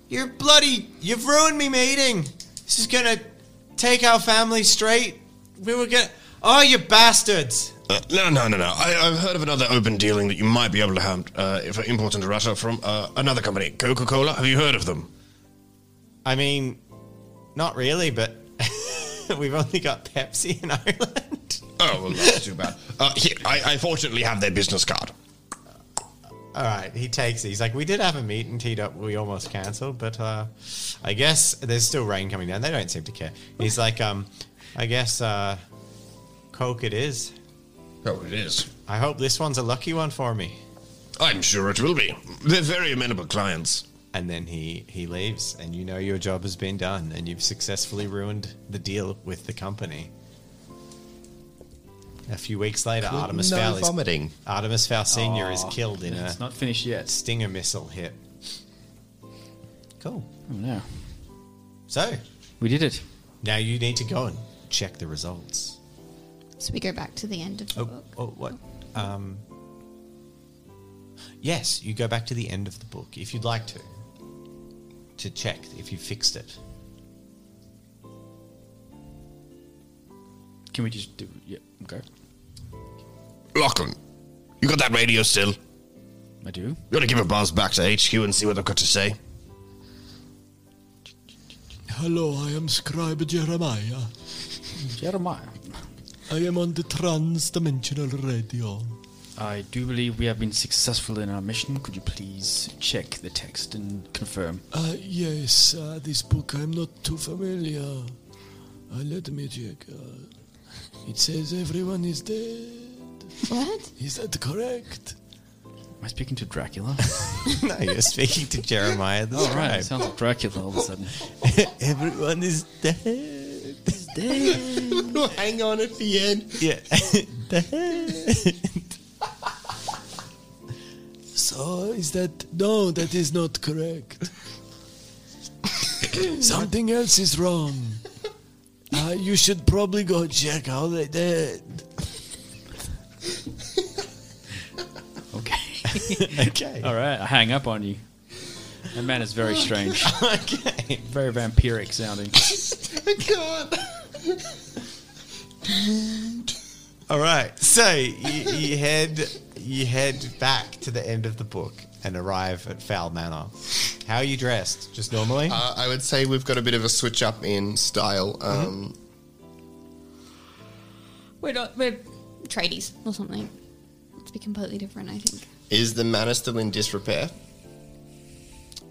[SPEAKER 2] "You're bloody! You've ruined me meeting. This is gonna take our family straight. We were gonna. Oh, you bastards!
[SPEAKER 3] Uh, no, no, no, no. I, I've heard of another open dealing that you might be able to have uh, for import into Russia from uh, another company, Coca Cola. Have you heard of them?
[SPEAKER 2] I mean, not really, but we've only got Pepsi in Ireland.
[SPEAKER 3] Oh, well, that's too bad. Uh, here, I, I fortunately have their business card.
[SPEAKER 2] All right, he takes it. He's like, we did have a meet and teed up. We almost cancelled, but uh, I guess there's still rain coming down. They don't seem to care. He's like, um, I guess uh, Coke it is.
[SPEAKER 3] Oh, it is.
[SPEAKER 2] I hope this one's a lucky one for me.
[SPEAKER 3] I'm sure it will be. They're very amenable clients.
[SPEAKER 2] And then he he leaves, and you know your job has been done, and you've successfully ruined the deal with the company. A few weeks later, Artemis
[SPEAKER 5] no
[SPEAKER 2] Fowl is
[SPEAKER 5] vomiting.
[SPEAKER 2] Artemis Fowl Senior is killed in a
[SPEAKER 1] It's not finished yet.
[SPEAKER 2] stinger missile hit. Cool.
[SPEAKER 1] Oh, no.
[SPEAKER 2] So
[SPEAKER 1] We did it.
[SPEAKER 2] now you need to go and check the results.
[SPEAKER 7] So we go back to the end of the
[SPEAKER 2] Oh,
[SPEAKER 7] book.
[SPEAKER 2] oh what? Um, yes, you go back to the end of the book if you'd like to, to check if you fixed it.
[SPEAKER 1] Can we just do Yeah, okay.
[SPEAKER 3] Lachlan, you got that radio still?
[SPEAKER 1] I do.
[SPEAKER 3] You gotta give a buzz back to HQ and see what they've got to say.
[SPEAKER 8] Hello, I am Scribe Jeremiah.
[SPEAKER 1] Jeremiah.
[SPEAKER 8] I am on the transdimensional radio.
[SPEAKER 1] I do believe we have been successful in our mission. Could you please check the text and confirm?
[SPEAKER 8] Uh, yes, uh, this book I'm not too familiar. Uh, let me check. Uh, it says everyone is dead.
[SPEAKER 7] What?
[SPEAKER 8] Is that correct?
[SPEAKER 1] Am I speaking to Dracula?
[SPEAKER 2] no, you're speaking to Jeremiah the
[SPEAKER 1] All
[SPEAKER 2] scribe.
[SPEAKER 1] right. Sounds like Dracula all of a sudden.
[SPEAKER 2] Everyone is dead.
[SPEAKER 5] Hang on at the end.
[SPEAKER 2] Yeah.
[SPEAKER 8] So is that no? That is not correct. Something else is wrong. Uh, you should probably go check how they did.
[SPEAKER 1] Okay.
[SPEAKER 2] okay.
[SPEAKER 1] All right. I hang up on you. That man is very strange.
[SPEAKER 2] Okay.
[SPEAKER 1] Very vampiric sounding.
[SPEAKER 2] All right. So you, you head you head back to the end of the book and arrive at Foul Manor. How are you dressed? Just normally?
[SPEAKER 5] Uh, I would say we've got a bit of a switch up in style. Um,
[SPEAKER 7] We're not. We're tradies or something. It's be completely different, I think.
[SPEAKER 5] Is the manor still in disrepair?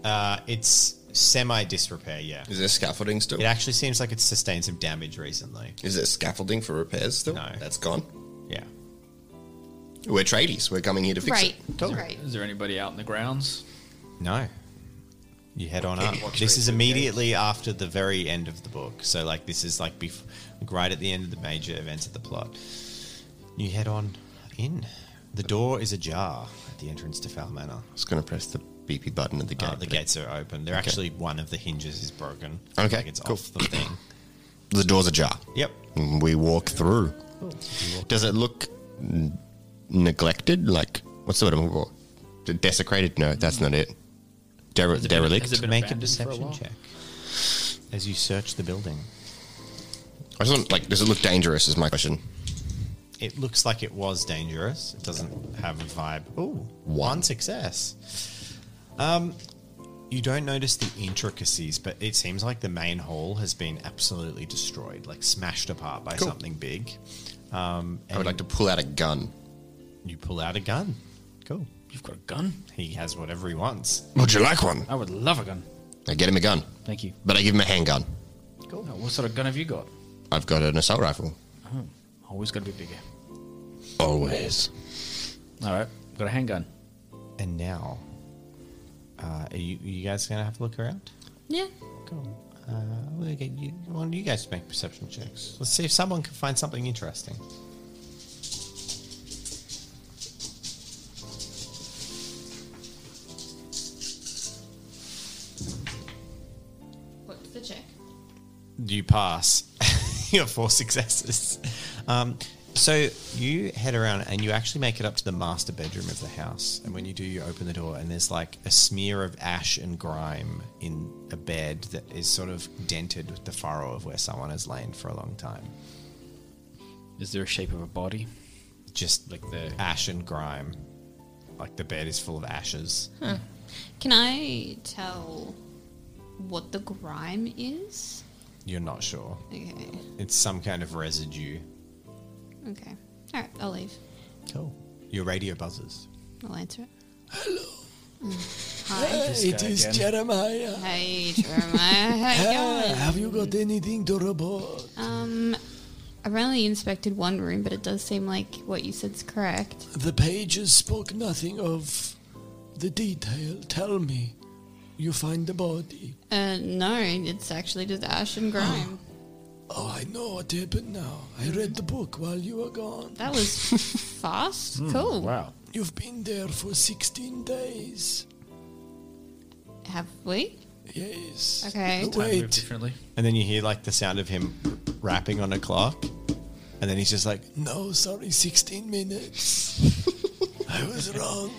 [SPEAKER 2] Uh, it's semi disrepair. Yeah.
[SPEAKER 5] Is there scaffolding still?
[SPEAKER 2] It actually seems like it's sustained some damage recently.
[SPEAKER 5] Is there scaffolding for repairs still?
[SPEAKER 2] No.
[SPEAKER 5] That's gone.
[SPEAKER 2] Yeah.
[SPEAKER 5] We're tradies. We're coming here to fix
[SPEAKER 7] Right.
[SPEAKER 5] it.
[SPEAKER 7] Right.
[SPEAKER 1] Is there anybody out in the grounds?
[SPEAKER 2] No. You head on up.
[SPEAKER 1] Walks
[SPEAKER 2] This
[SPEAKER 1] straight
[SPEAKER 2] is
[SPEAKER 1] through the
[SPEAKER 2] immediately after the very end of the book. So, like, this is like, bef- like right at the end of the major events of the plot. You head on in. The door is ajar at the entrance to Foul Manor.
[SPEAKER 5] I was going to press the beepy button at the gate.
[SPEAKER 2] Uh, the
[SPEAKER 5] but it-
[SPEAKER 2] gates are open. They're actually one of the hinges is broken.
[SPEAKER 5] Okay,
[SPEAKER 2] like it's
[SPEAKER 5] cool.
[SPEAKER 2] off the thing.
[SPEAKER 5] The door's ajar.
[SPEAKER 2] Yep.
[SPEAKER 5] And We walk through. Does it look n- neglected? Like, what's the word I'm looking for? De- Desecrated? No, that's not it. Dere-
[SPEAKER 1] it been-
[SPEAKER 5] derelict?
[SPEAKER 1] has it been
[SPEAKER 2] Make a
[SPEAKER 1] abandoned for a
[SPEAKER 2] deception
[SPEAKER 1] while?
[SPEAKER 2] check as you search the building.
[SPEAKER 5] I just want, like, does it look dangerous? Is my question.
[SPEAKER 2] It looks like it was dangerous. It doesn't have a vibe. Ooh, one success. Um, you don't notice the intricacies, but it seems like the main hall has been absolutely destroyed, like smashed apart by
[SPEAKER 5] Cool.
[SPEAKER 2] something big. Um,
[SPEAKER 5] I would like to pull out a gun.
[SPEAKER 2] You pull out a gun. Cool.
[SPEAKER 1] You've got a gun?
[SPEAKER 2] He has whatever he wants.
[SPEAKER 3] Would you like one?
[SPEAKER 1] I would love a gun.
[SPEAKER 5] I get him a gun,
[SPEAKER 1] Thank you.
[SPEAKER 5] but I give him a handgun.
[SPEAKER 1] Cool. what sort of gun have you got?
[SPEAKER 5] I've got an assault rifle.
[SPEAKER 1] Always got to be bigger.
[SPEAKER 3] Always.
[SPEAKER 1] All right. Got a handgun.
[SPEAKER 2] And now, uh, are you, you guys gonna have a look around?
[SPEAKER 7] Yeah.
[SPEAKER 2] Cool. Uh, we'll get you, why don't you guys to make perception checks? Let's see if someone can find something interesting.
[SPEAKER 4] What's the check?
[SPEAKER 2] you pass your four successes. Um, so you head around and you actually make it up to the master bedroom of the house. And when you do, you open the door and there's like a smear of ash and grime in a bed that is sort of dented with the furrow of where someone has lain for a long time.
[SPEAKER 1] Is there a shape of a body?
[SPEAKER 2] Just like
[SPEAKER 1] Like the.
[SPEAKER 2] ash and grime. Like the bed is full of ashes.
[SPEAKER 7] Can I tell what the grime is?
[SPEAKER 2] You're not sure.
[SPEAKER 7] Okay.
[SPEAKER 2] It's some kind of residue.
[SPEAKER 7] Okay. All right, I'll leave.
[SPEAKER 2] Cool. Your radio buzzes.
[SPEAKER 7] I'll answer it. Mm.
[SPEAKER 8] Uh, It is Jeremiah.
[SPEAKER 7] Hey, Jeremiah, how you
[SPEAKER 8] Ah,
[SPEAKER 7] going?
[SPEAKER 8] have you got anything to report?
[SPEAKER 7] Um, I've only inspected one room, but it does seem like what you said's correct.
[SPEAKER 8] The pages spoke nothing of the detail. Tell me, you find the body.
[SPEAKER 7] Uh, no, it's actually just ash and grime.
[SPEAKER 8] Oh, I know what happened now. I read the book while you were gone.
[SPEAKER 7] That was fast.
[SPEAKER 8] Hmm,
[SPEAKER 7] cool.
[SPEAKER 1] Wow.
[SPEAKER 8] You've been there for 16 days.
[SPEAKER 7] Have we?
[SPEAKER 8] Yes.
[SPEAKER 7] Okay.
[SPEAKER 8] But
[SPEAKER 1] Time moved
[SPEAKER 8] Wait,
[SPEAKER 1] differently.
[SPEAKER 2] And then you hear like the sound of him rapping on a clock. And then he's just like,
[SPEAKER 8] no, sorry, 16 minutes. I was wrong.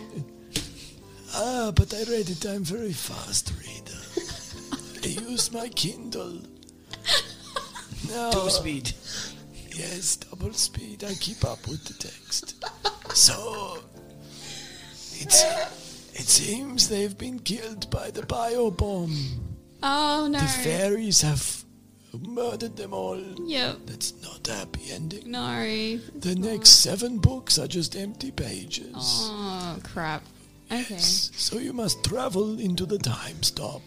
[SPEAKER 8] Ah, but I read it. I'm very fast reader. I use my Kindle. No.
[SPEAKER 1] Speed.
[SPEAKER 8] Yes, double speed. I keep up with the text. So it's it seems they've been killed by the biobomb.
[SPEAKER 7] Oh no.
[SPEAKER 8] The fairies have murdered them all.
[SPEAKER 7] Yep.
[SPEAKER 8] That's not a happy ending.
[SPEAKER 7] No.
[SPEAKER 8] The next seven books are just empty pages.
[SPEAKER 7] Oh crap. Okay.
[SPEAKER 8] S- So you must travel into the time stop.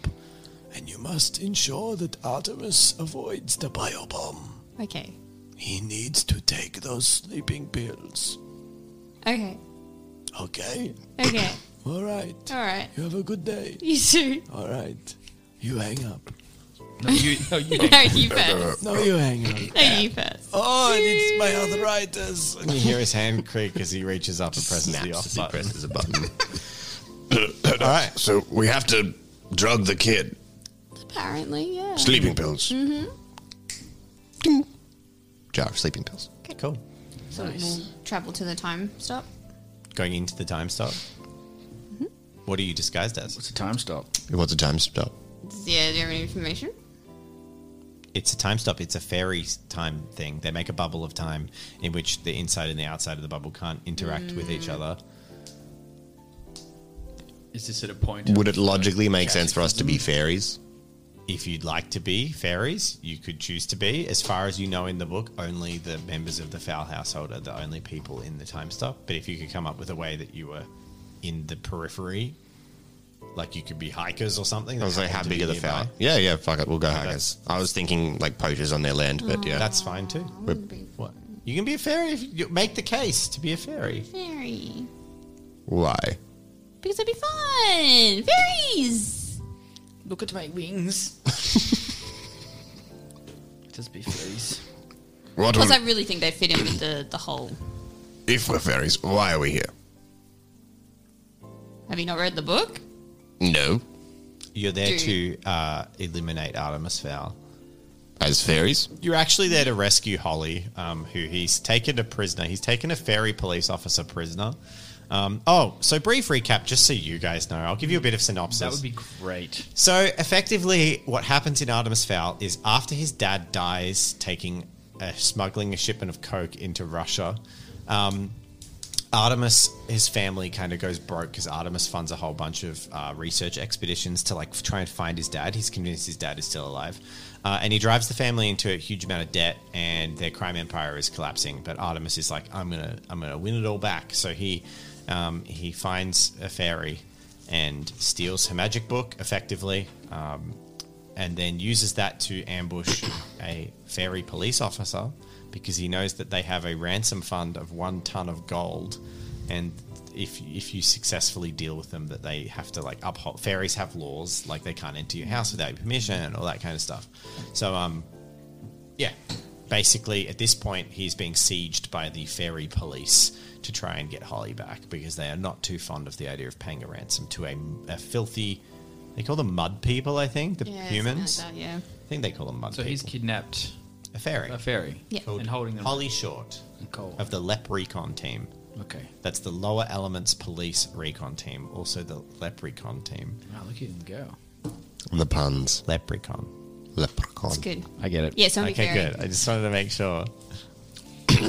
[SPEAKER 8] And you must ensure that Artemis avoids the biobomb.
[SPEAKER 7] Okay.
[SPEAKER 8] He needs to take those sleeping pills.
[SPEAKER 7] Okay.
[SPEAKER 8] Okay?
[SPEAKER 7] Okay.
[SPEAKER 8] All right.
[SPEAKER 7] All right.
[SPEAKER 8] You have a good day.
[SPEAKER 7] You too.
[SPEAKER 8] All right. You hang up.
[SPEAKER 1] No, you, no, you don't.
[SPEAKER 7] No, you first.
[SPEAKER 8] No, you hang up.
[SPEAKER 7] No, you first.
[SPEAKER 8] Oh, and it's my arthritis.
[SPEAKER 2] and you hear his hand creak as he reaches up and presses the off
[SPEAKER 5] Snaps as he
[SPEAKER 2] button.
[SPEAKER 5] presses a button.
[SPEAKER 2] All right.
[SPEAKER 3] So we have to drug the kid.
[SPEAKER 7] Apparently, yeah.
[SPEAKER 3] Sleeping pills.
[SPEAKER 5] Jar of sleeping pills.
[SPEAKER 2] Okay, cool.
[SPEAKER 7] So we'll travel to the time stop.
[SPEAKER 2] Going into the time stop.
[SPEAKER 5] Mm-hmm.
[SPEAKER 2] What are you disguised as?
[SPEAKER 1] It's a time stop.
[SPEAKER 5] It was a time stop.
[SPEAKER 7] Yeah. uh, Do you have any information?
[SPEAKER 2] It's a time stop. It's a fairy time thing. They make a bubble of time in which the inside and the outside of the bubble can't interact with each
[SPEAKER 5] Mm.
[SPEAKER 2] other.
[SPEAKER 1] Is this at a point?
[SPEAKER 5] Would it logically make sense for us to be fairies?
[SPEAKER 2] If you'd like to be fairies, you could choose to be. As far as you know in the book, only the members of the Fowl household are the only people in the time stop. But if you could come up with a way that you were in the periphery, like you could be hikers or something.
[SPEAKER 5] I was
[SPEAKER 2] that
[SPEAKER 5] like, how
[SPEAKER 2] happen to
[SPEAKER 5] big
[SPEAKER 2] be
[SPEAKER 5] are the
[SPEAKER 2] nearby,
[SPEAKER 5] fowl? Yeah, yeah, fuck it, we'll go
[SPEAKER 2] that's-
[SPEAKER 5] hackers. I was thinking like poachers on their land, but yeah.
[SPEAKER 2] That's fine too. What? You can be a fairy if you make the case to be a fairy.
[SPEAKER 7] Fairy.
[SPEAKER 5] why.
[SPEAKER 7] Because it'd be fun. Fairies.
[SPEAKER 1] Look at my wings. Just be fairies.
[SPEAKER 3] What
[SPEAKER 7] Plus, I
[SPEAKER 3] on-
[SPEAKER 7] really think they fit in with the the whole.
[SPEAKER 3] if we're fairies, why are we here?
[SPEAKER 7] Have you not read the book?
[SPEAKER 5] No.
[SPEAKER 2] You're there
[SPEAKER 7] Dude.
[SPEAKER 2] to uh, eliminate Artemis Fowl.
[SPEAKER 5] As fairies?
[SPEAKER 2] You're actually there to rescue Holly, um, who he's taken a prisoner. He's taken a fairy police officer prisoner. Um, oh, so brief recap, just so you guys know. I'll give you a bit of synopsis.
[SPEAKER 1] That would be great.
[SPEAKER 2] So effectively, what happens in Artemis Fowl is after his dad dies, taking uh, smuggling a shipment of coke into Russia, um, Artemis his family kind of goes broke because Artemis funds a whole bunch of uh, research expeditions to like try and find his dad. He's convinced his dad is still alive, uh, and he drives the family into a huge amount of debt, and their crime empire is collapsing. But Artemis is like, I'm gonna, I'm gonna win it all back. So he, um, he finds a fairy and steals her magic book effectively, um, and then uses that to ambush a fairy police officer because he knows that they have a ransom fund of one ton of gold, and if if you successfully deal with them, that they have to like uphold. Fairies have laws like they can't enter your house without your permission and all that kind of stuff. So um, yeah. Basically, at this point, he's being sieged by the fairy police to try and get Holly back because they are not too fond of the idea of paying a ransom to a, a filthy. They call them mud people, I think. The
[SPEAKER 7] Yeah.
[SPEAKER 2] humans.
[SPEAKER 7] Something like that, yeah.
[SPEAKER 2] I think they call them mud
[SPEAKER 1] So
[SPEAKER 2] people.
[SPEAKER 1] he's kidnapped
[SPEAKER 2] a fairy.
[SPEAKER 1] a fairy.
[SPEAKER 7] Yeah.
[SPEAKER 1] And holding them.
[SPEAKER 2] Holly Short
[SPEAKER 1] and Cole.
[SPEAKER 2] of the Lep Recon team.
[SPEAKER 1] Okay.
[SPEAKER 2] That's the Lower Elements Police Recon team, also the Lep Recon team.
[SPEAKER 1] Wow, look at him go.
[SPEAKER 5] The puns.
[SPEAKER 2] Leprechaun.
[SPEAKER 5] Leprechaun.
[SPEAKER 7] It's good.
[SPEAKER 1] I get it.
[SPEAKER 7] Yeah, so I'm
[SPEAKER 2] Okay,
[SPEAKER 7] fairy.
[SPEAKER 2] good. I just wanted to make sure.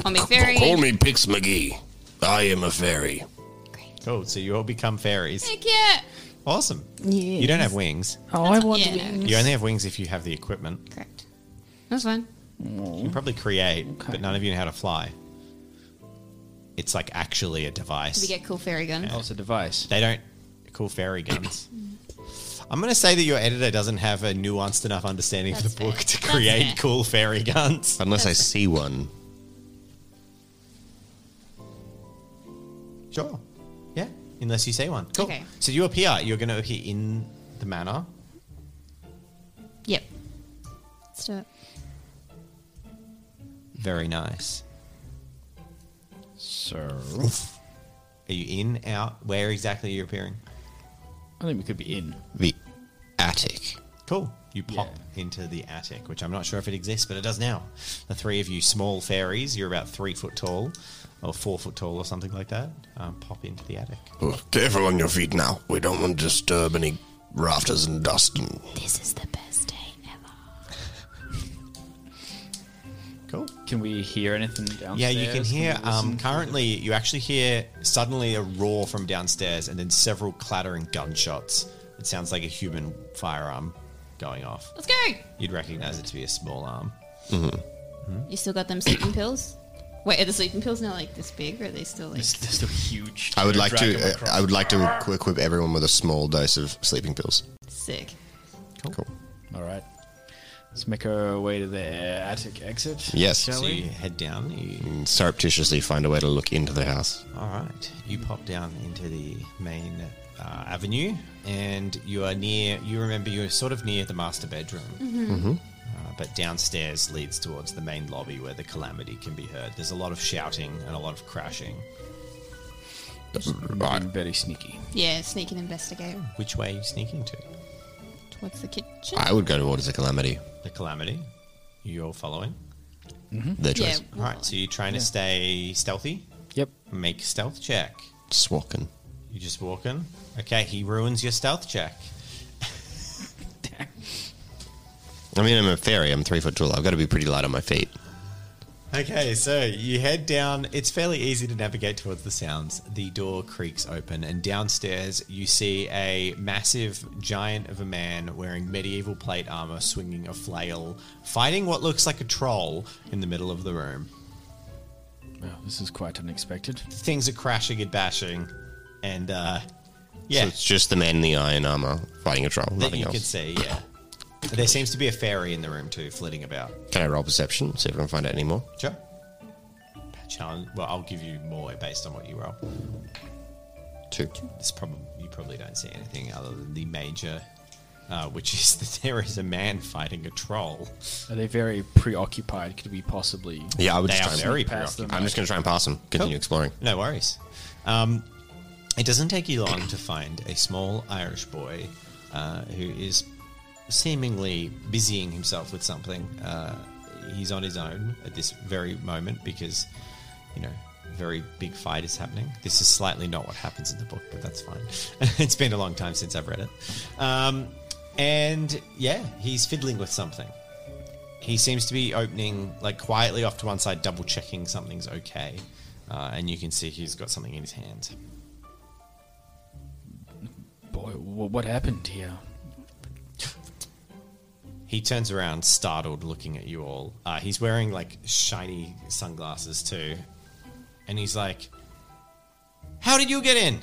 [SPEAKER 7] I'm a fairy.
[SPEAKER 3] Call me Pix McGee. I am a fairy.
[SPEAKER 2] Cool. So you all become fairies.
[SPEAKER 7] Heck yeah.
[SPEAKER 2] Awesome. You don't have wings.
[SPEAKER 9] Oh, I want
[SPEAKER 7] Yeah, no,
[SPEAKER 2] You only have wings if you have the equipment.
[SPEAKER 7] correct. That's fine.
[SPEAKER 2] You can probably create, but none of you know how to fly. It's like actually a
[SPEAKER 7] We
[SPEAKER 2] device.
[SPEAKER 7] get cool fairy guns.
[SPEAKER 1] Oh, it's a device.
[SPEAKER 2] They don't call fairy guns.
[SPEAKER 7] Mm.
[SPEAKER 2] I'm going to say that your editor doesn't have a nuanced enough understanding of
[SPEAKER 7] That's
[SPEAKER 2] the book
[SPEAKER 7] fair.
[SPEAKER 2] to
[SPEAKER 7] That's fair.
[SPEAKER 2] create cool fairy guns.
[SPEAKER 5] Unless I see one.
[SPEAKER 2] Sure. Yeah. Unless you say one. Cool.
[SPEAKER 7] Okay.
[SPEAKER 2] So you appear. You're going to appear in the manor.
[SPEAKER 7] Yep. Let's do it.
[SPEAKER 2] Very nice.
[SPEAKER 1] So
[SPEAKER 2] Are you in, out? Where exactly are you appearing?
[SPEAKER 1] I think we could be in.
[SPEAKER 5] The attic.
[SPEAKER 2] Cool. You pop into the attic, which I'm not sure if it exists, but it does now. The three of you, small fairies, you're about three foot tall, or four foot tall, or something like that, um, pop into the attic.
[SPEAKER 3] Oh, Careful on your feet now. We don't want to disturb any rafters and dust. And
[SPEAKER 7] This is the best day ever.
[SPEAKER 2] Cool.
[SPEAKER 1] Can we hear anything downstairs?
[SPEAKER 2] Yeah, you can hear.
[SPEAKER 1] we listen
[SPEAKER 2] Um,
[SPEAKER 1] to-
[SPEAKER 2] currently, you actually hear suddenly a roar from downstairs, and then several clattering gunshots. It sounds like a human firearm going off.
[SPEAKER 7] Let's go.
[SPEAKER 2] You'd recognize it to be a small arm.
[SPEAKER 7] You still got them sleeping pills? Wait, are the sleeping pills now like this big, or are they still like?
[SPEAKER 1] It's- they're still huge.
[SPEAKER 5] I would
[SPEAKER 1] They're
[SPEAKER 5] like
[SPEAKER 1] dragging
[SPEAKER 5] to. uh,
[SPEAKER 1] across.
[SPEAKER 5] I would like to equ- equip everyone with a small dose of sleeping pills.
[SPEAKER 7] Sick.
[SPEAKER 5] Cool.
[SPEAKER 1] All right. Let's make our way to the attic exit.
[SPEAKER 5] Yes.
[SPEAKER 1] Shall
[SPEAKER 2] So you
[SPEAKER 1] we?
[SPEAKER 2] head down. You
[SPEAKER 5] And surreptitiously find a way to look into the house.
[SPEAKER 2] All right, you pop down into the main uh, avenue, and you are near. You remember you're sort of near the master bedroom, mm-hmm. uh, but downstairs leads towards the main lobby where the calamity can be heard. There's a lot of shouting and a lot of crashing.
[SPEAKER 1] Being very sneaky.
[SPEAKER 7] Yeah, sneak and investigate
[SPEAKER 2] Which way are you sneaking to?
[SPEAKER 7] towards the kitchen.
[SPEAKER 5] I would go towards the calamity.
[SPEAKER 2] The calamity. You're following. Hmm?
[SPEAKER 5] Their
[SPEAKER 7] yeah.
[SPEAKER 5] choice.
[SPEAKER 2] All right, so you're trying to stay stealthy.
[SPEAKER 1] Yep.
[SPEAKER 2] Make stealth check.
[SPEAKER 5] Just walking.
[SPEAKER 2] You just walking. Okay, he ruins your stealth check.
[SPEAKER 5] I mean, I'm a fairy. I'm three foot tall. I've got to be pretty light on my feet.
[SPEAKER 2] Okay, so you head down. It's fairly easy to navigate towards the sounds. The door creaks open, and downstairs you see a massive giant of a man wearing medieval plate armor swinging a flail, fighting what looks like a troll in the middle of the room.
[SPEAKER 1] Well, this is quite unexpected.
[SPEAKER 2] Things are crashing and bashing, and uh,
[SPEAKER 5] So
[SPEAKER 2] yeah,
[SPEAKER 5] it's just the man in the iron armor fighting a troll.
[SPEAKER 2] that
[SPEAKER 5] Nothing
[SPEAKER 2] you
[SPEAKER 5] else.
[SPEAKER 2] can
[SPEAKER 5] Can,
[SPEAKER 2] see, yeah. There seems to be a fairy in the room too, flitting about.
[SPEAKER 5] I roll perception? See if I can find out any more.
[SPEAKER 2] Sure. Challenge. Well, I'll give you more based on what you roll.
[SPEAKER 5] Two.
[SPEAKER 2] It's probably you probably don't see anything other than the major, uh, which is that there is a man fighting a troll.
[SPEAKER 1] Are they very preoccupied? Could we possibly?
[SPEAKER 5] Yeah, I would
[SPEAKER 2] They
[SPEAKER 5] just
[SPEAKER 2] are
[SPEAKER 5] try and,
[SPEAKER 2] very
[SPEAKER 1] pass them.
[SPEAKER 2] preoccupied.
[SPEAKER 5] I'm just going to try and pass him. Continue
[SPEAKER 2] Cool.
[SPEAKER 5] exploring.
[SPEAKER 2] No worries. Um, it doesn't take you long to find a small Irish boy uh, who is seemingly busying himself with something. Uh, he's on his own at this very moment because, you know, a very big fight is happening. This is slightly not what happens in the book, but that's fine. it's been a long time since I've read it. Um, and yeah, he's fiddling with something. He seems to be opening, like quietly off to one side, double checking something's okay. Uh, and you can see he's got something in his hand.
[SPEAKER 1] Boy, wh- what happened here?
[SPEAKER 2] He turns around, startled, looking at you all. Uh, he's wearing like shiny sunglasses too. And he's like, How did you get in?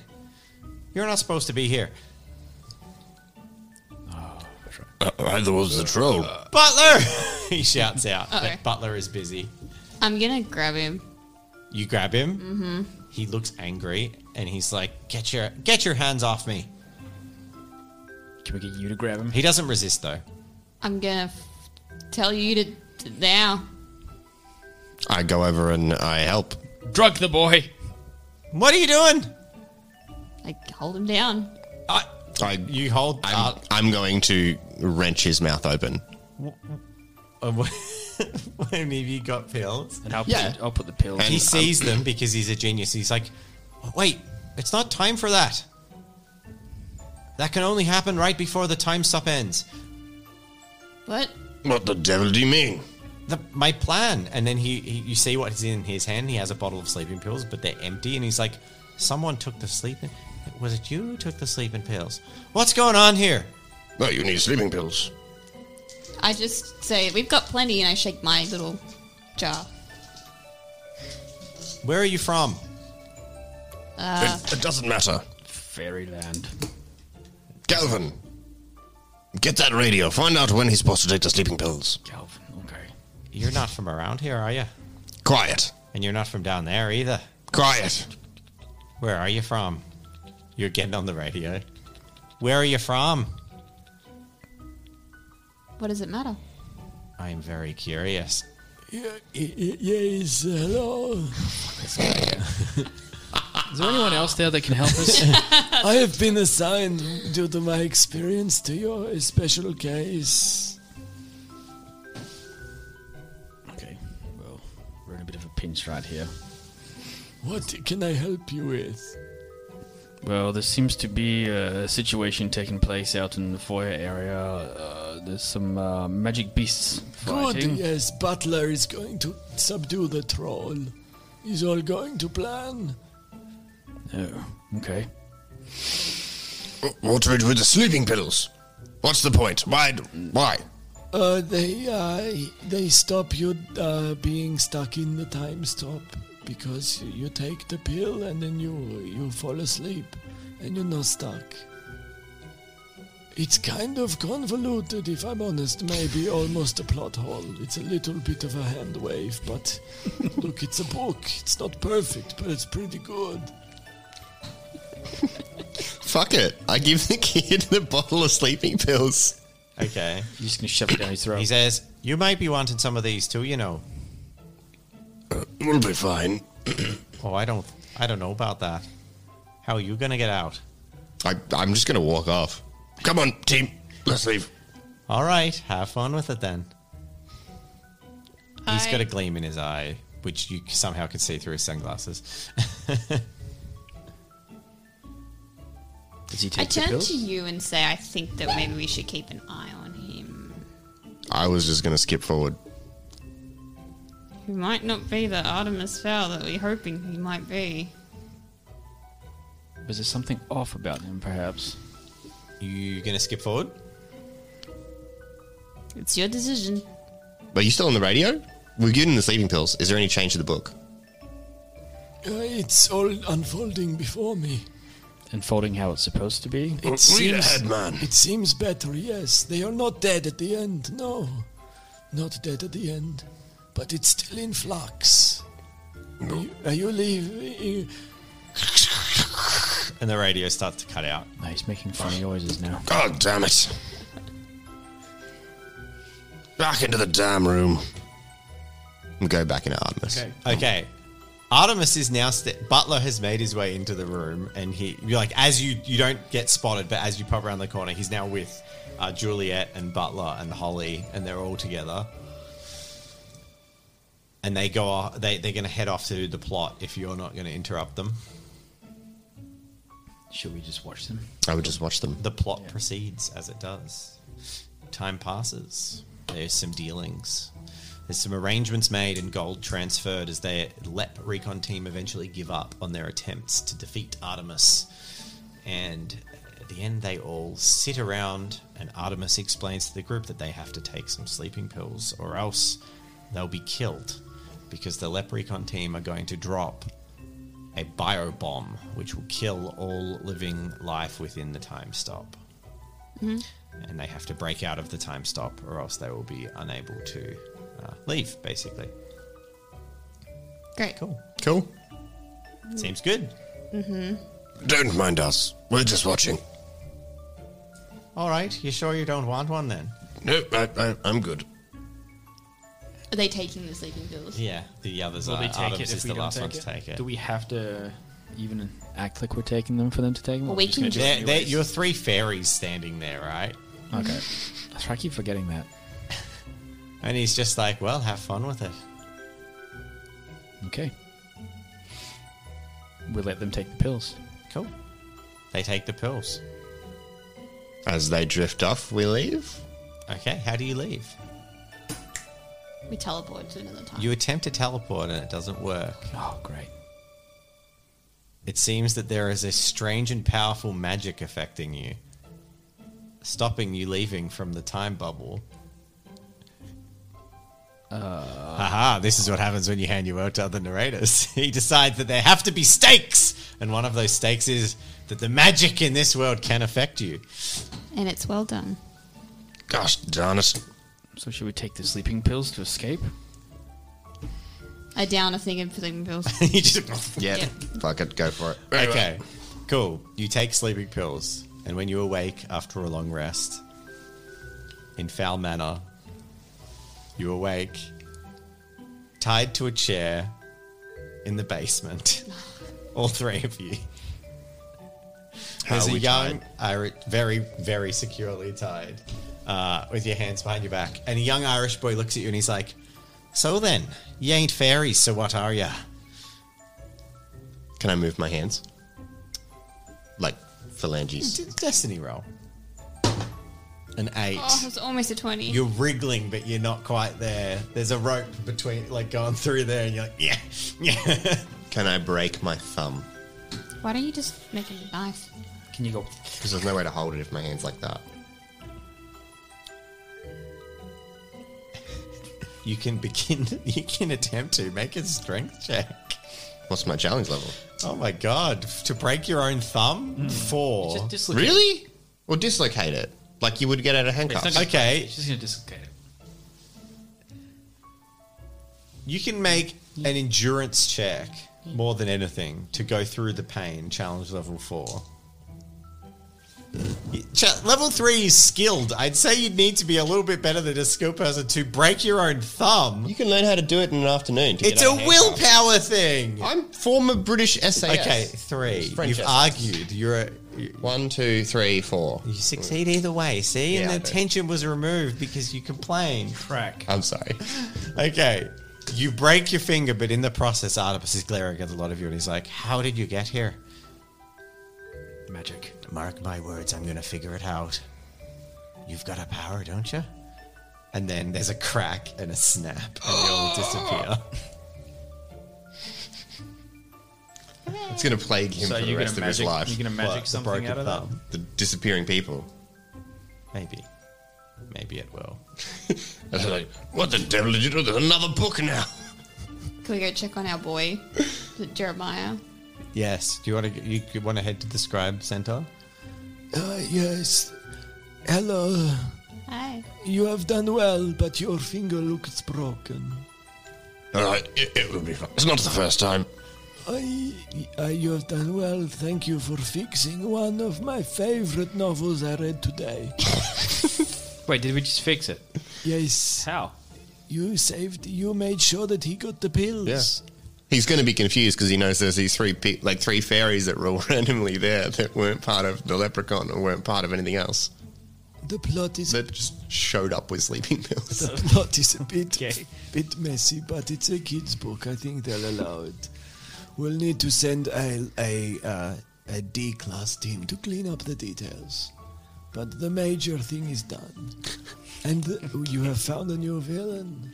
[SPEAKER 2] You're not supposed to be here.
[SPEAKER 3] uh, either was the troll.
[SPEAKER 2] Butler! he shouts out.
[SPEAKER 7] Uh-oh.
[SPEAKER 2] But Butler is busy.
[SPEAKER 7] I'm gonna grab him.
[SPEAKER 2] You grab him. Mm-hmm. He looks angry and he's like, Get your get your hands off me.
[SPEAKER 1] Can we get you to grab him?
[SPEAKER 2] He doesn't resist though.
[SPEAKER 7] I'm gonna f- tell you to, to now.
[SPEAKER 5] I go over and I help.
[SPEAKER 1] Drug the boy.
[SPEAKER 2] What are you doing?
[SPEAKER 7] Like hold him down.
[SPEAKER 2] I, uh,
[SPEAKER 5] I,
[SPEAKER 2] you hold
[SPEAKER 5] I'm,
[SPEAKER 2] up.
[SPEAKER 5] I'm going to wrench his mouth open.
[SPEAKER 2] Uh, what, what have you got pills?
[SPEAKER 1] And I'll
[SPEAKER 5] Yeah.
[SPEAKER 1] put I'll put the pills.
[SPEAKER 5] And-
[SPEAKER 2] He sees them because he's a genius. He's like, wait, it's not time for that. That can only happen right before the time stop ends.
[SPEAKER 7] What?
[SPEAKER 3] What the devil do you mean?
[SPEAKER 2] The, my plan. And then he, he, you see what is in his hand. He has a bottle of sleeping pills, but they're empty. And he's like, someone took the sleeping. Was it you who took the sleeping pills? What's going on here?
[SPEAKER 3] Oh, you need sleeping pills.
[SPEAKER 7] I just say, we've got plenty, and I shake my little jar.
[SPEAKER 2] Where are you from?
[SPEAKER 3] it, it doesn't matter.
[SPEAKER 1] Fairyland.
[SPEAKER 3] Galvin, get that radio. Find out when he's supposed to take the sleeping pills.
[SPEAKER 1] Calvin, okay.
[SPEAKER 2] You're not from around here, are you?
[SPEAKER 3] Quiet.
[SPEAKER 2] And you're not from down there either.
[SPEAKER 3] Quiet.
[SPEAKER 2] Where are you from? You're getting on the radio. Where are you from?
[SPEAKER 7] What does it matter?
[SPEAKER 2] I am very curious.
[SPEAKER 8] Yes, hello.
[SPEAKER 1] Is there anyone else there that can help us?
[SPEAKER 8] I have been assigned, due to my experience, to your special case.
[SPEAKER 1] okay, well, we're in a bit of a pinch right here.
[SPEAKER 8] What can I help you with?
[SPEAKER 1] Well, there seems to be a situation taking place out in the foyer area. Uh, there's some uh, magic beasts
[SPEAKER 8] Good,
[SPEAKER 1] fighting.
[SPEAKER 8] yes, Butler is going to subdue the troll. Is all going to plan?
[SPEAKER 1] Oh, okay.
[SPEAKER 3] Wh- What do we do with the sleeping pills? What's the point? Why? d- Why?
[SPEAKER 8] Uh, they, uh, they stop you uh, being stuck in the time stop because you take the pill and then you, you fall asleep and you're not stuck. It's kind of convoluted, if I'm honest, maybe almost a plot hole. It's a little bit of a hand wave, but look, it's a book. It's not perfect, but it's pretty good.
[SPEAKER 5] Fuck it. I give the kid the bottle of sleeping pills.
[SPEAKER 2] Okay.
[SPEAKER 1] You're just gonna shove it down his throat.
[SPEAKER 2] He says, You might be wanting some of these too, you know.
[SPEAKER 3] Uh, We'll be fine.
[SPEAKER 2] Oh, I don't I don't know about that. How are you gonna get out?
[SPEAKER 5] I, I'm just going to walk off.
[SPEAKER 3] Come on, team. Let's leave.
[SPEAKER 2] Alright, have fun with it then. He's
[SPEAKER 7] I-
[SPEAKER 2] got a gleam in his eye, which you somehow could see through his sunglasses.
[SPEAKER 1] Does he
[SPEAKER 7] I
[SPEAKER 1] take the
[SPEAKER 7] turn
[SPEAKER 1] pills?
[SPEAKER 7] to you and say, I think that maybe we should keep an eye on him.
[SPEAKER 5] I was just going to skip forward.
[SPEAKER 7] He might not be the Artemis Fowl that we're hoping he might be.
[SPEAKER 1] Is there something off about him, perhaps?
[SPEAKER 2] you gonna skip forward?
[SPEAKER 7] It's your decision.
[SPEAKER 5] But you still on the radio? We're giving the sleeping pills. Is there any change to the book?
[SPEAKER 8] Uh, it's all unfolding before me.
[SPEAKER 1] Unfolding how it's supposed to be?
[SPEAKER 8] It
[SPEAKER 3] Read ahead, man.
[SPEAKER 8] It seems better, yes. They are not dead at the end, no. Not dead at the end. But it's still in flux. Are you, are you leaving?
[SPEAKER 2] And the radio starts to cut out.
[SPEAKER 1] No, he's making funny noises now.
[SPEAKER 3] God damn it. Back into the damn room.
[SPEAKER 5] And go back into Artemis.
[SPEAKER 2] Okay. Artemis is now st- Butler has made his way into the room, and he you're like as you you don't get spotted, but as you pop around the corner, he's now with uh, Juliet and Butler and Holly, and they're all together. And they go off, they they're going to head off to do the plot if you're not going to interrupt them.
[SPEAKER 1] Should we just watch them?
[SPEAKER 5] I would just watch them.
[SPEAKER 2] The plot proceeds as it does. Time passes. There's some dealings. There's some arrangements made and gold transferred as their LEP recon team eventually give up on their attempts to defeat Artemis. And at the end, they all sit around, and Artemis explains to the group that they have to take some sleeping pills or else they'll be killed because the LEP recon team are going to drop a biobomb which will kill all living life within the time stop. And they have to break out of the time stop or else they will be unable to uh, leave, basically.
[SPEAKER 7] Great.
[SPEAKER 2] Cool.
[SPEAKER 5] Cool.
[SPEAKER 2] Seems good.
[SPEAKER 3] Don't mind us. We're just watching.
[SPEAKER 2] All right. You sure you don't want one then?
[SPEAKER 3] No, I, I, I'm good.
[SPEAKER 7] Are they taking the sleeping pills?
[SPEAKER 2] Yeah. The others are. Artemis Uh, is the last one to take it.
[SPEAKER 1] Do we have to even act like we're taking them for them to take them?
[SPEAKER 7] Well, we can
[SPEAKER 1] do
[SPEAKER 7] just-
[SPEAKER 1] it
[SPEAKER 2] There- there-
[SPEAKER 1] anyways?
[SPEAKER 2] you're three fairies standing there, right?
[SPEAKER 1] Okay. That's right, I keep forgetting that.
[SPEAKER 2] And he's just like, well, have fun with it.
[SPEAKER 1] Okay. We'll let them take the pills.
[SPEAKER 2] Cool. They take the pills.
[SPEAKER 5] As they drift off, we leave.
[SPEAKER 2] Okay. How do you leave?
[SPEAKER 7] We teleport to another time.
[SPEAKER 2] You attempt to teleport and it doesn't work.
[SPEAKER 1] Oh, great.
[SPEAKER 2] It seems that there is a strange and powerful magic affecting you, stopping you leaving from the time bubble. Haha, this is what happens when you hand your work to other narrators. he decides that there have to be stakes, and one of those stakes is that the magic in this world can affect you.
[SPEAKER 7] And it's well done.
[SPEAKER 3] Gosh darn it.
[SPEAKER 1] So should we take the sleeping pills to escape?
[SPEAKER 7] I down a thing and sleeping pills.
[SPEAKER 2] you just
[SPEAKER 5] Yeah. Fuck it, go for it.
[SPEAKER 2] Okay. Cool. You take sleeping pills, and when you awake after a long rest, in foul manner, you awake tied to a chair in the basement. All three of you. There's a young, Irish, very, very securely tied, uh, with your hands behind your back, and a young Irish boy looks at you and he's like, "So then, you ain't fairies, so what are ya?"
[SPEAKER 5] Can I move my hands? Like phalanges.
[SPEAKER 2] D- Destiny roll. An eight.
[SPEAKER 7] Oh, it's almost a 20.
[SPEAKER 2] You're wriggling, but you're not quite there. There's a rope between, like going through there, and you're like, yeah, yeah.
[SPEAKER 5] Can I break my thumb?
[SPEAKER 7] Why don't you just make it a knife?
[SPEAKER 1] Can you go?
[SPEAKER 5] Because there's no way to hold it if my hand's like that.
[SPEAKER 2] You can begin. You can attempt to make a strength check.
[SPEAKER 5] What's my challenge level?
[SPEAKER 2] Oh my god! To break your own thumb, four.
[SPEAKER 1] Just dislocate.
[SPEAKER 5] Really? Or dislocate it. Like you would get out of
[SPEAKER 1] It's not
[SPEAKER 5] handcuffs.
[SPEAKER 1] gonna-
[SPEAKER 2] Okay.
[SPEAKER 1] It's just gonna dislocate it.
[SPEAKER 2] You can make an endurance check more than anything to go through the pain. Challenge level four. Ch- level three is skilled. I'd say you'd need to be a little bit better than a skilled person to break your own thumb.
[SPEAKER 5] You can learn how to do it in an afternoon. to get
[SPEAKER 2] It's
[SPEAKER 5] out
[SPEAKER 2] a
[SPEAKER 5] of handcuffs.
[SPEAKER 2] willpower thing.
[SPEAKER 5] I'm former British SAS.
[SPEAKER 2] Okay, three.
[SPEAKER 5] French
[SPEAKER 2] You've
[SPEAKER 5] essence.
[SPEAKER 2] argued. You're a, you,
[SPEAKER 5] One, two, three, four.
[SPEAKER 2] you succeed either way. See,
[SPEAKER 5] Yeah,
[SPEAKER 2] and
[SPEAKER 5] I
[SPEAKER 2] the
[SPEAKER 5] do.
[SPEAKER 2] tension was removed because you complained.
[SPEAKER 1] Crack.
[SPEAKER 5] I'm sorry.
[SPEAKER 2] Okay. You break your finger, but in the process, Artipus is glaring at a lot of you, and he's like, "How did you get here?"
[SPEAKER 1] Magic.
[SPEAKER 2] Mark my words, I'm gonna figure it out. You've got a power, don't you? And then there's a crack and a snap, and you all disappear.
[SPEAKER 5] It's going to plague him
[SPEAKER 1] So
[SPEAKER 5] for the
[SPEAKER 1] you're
[SPEAKER 5] rest
[SPEAKER 1] gonna
[SPEAKER 5] of
[SPEAKER 1] magic.
[SPEAKER 5] his life.
[SPEAKER 1] You're gonna
[SPEAKER 2] What,
[SPEAKER 1] magic
[SPEAKER 2] the
[SPEAKER 1] something out of that.
[SPEAKER 5] The disappearing people.
[SPEAKER 2] Maybe, maybe it will.
[SPEAKER 3] And they're like, what the devil did you do? There's another book now.
[SPEAKER 7] Can we go check on our boy, Jeremiah?
[SPEAKER 2] Yes. Do you want to? You, you want to head to the scribe center?
[SPEAKER 8] Ah, yes. Hello.
[SPEAKER 7] Hi.
[SPEAKER 8] You have done well, but your finger looks broken.
[SPEAKER 3] All right, it, it will be fine. It's not the first time.
[SPEAKER 8] I, I, you have done well. Thank you for fixing one of my favorite novels I read today.
[SPEAKER 1] Wait, did we just fix it?
[SPEAKER 8] yes,
[SPEAKER 1] How?
[SPEAKER 8] you saved. You made sure that he got the pills.
[SPEAKER 5] He's going to be confused because he knows there's these three pe- like three fairies that were all randomly there that weren't part of the leprechaun or weren't part of anything else
[SPEAKER 8] The plot is
[SPEAKER 5] that just showed up with sleeping pills.
[SPEAKER 8] the plot is a bit
[SPEAKER 1] Okay.
[SPEAKER 8] bit messy, but it's a kids' book. I think they'll allow it. We'll need to send a a uh, a D class team to clean up the details, but the major thing is done, and you have found a new villain,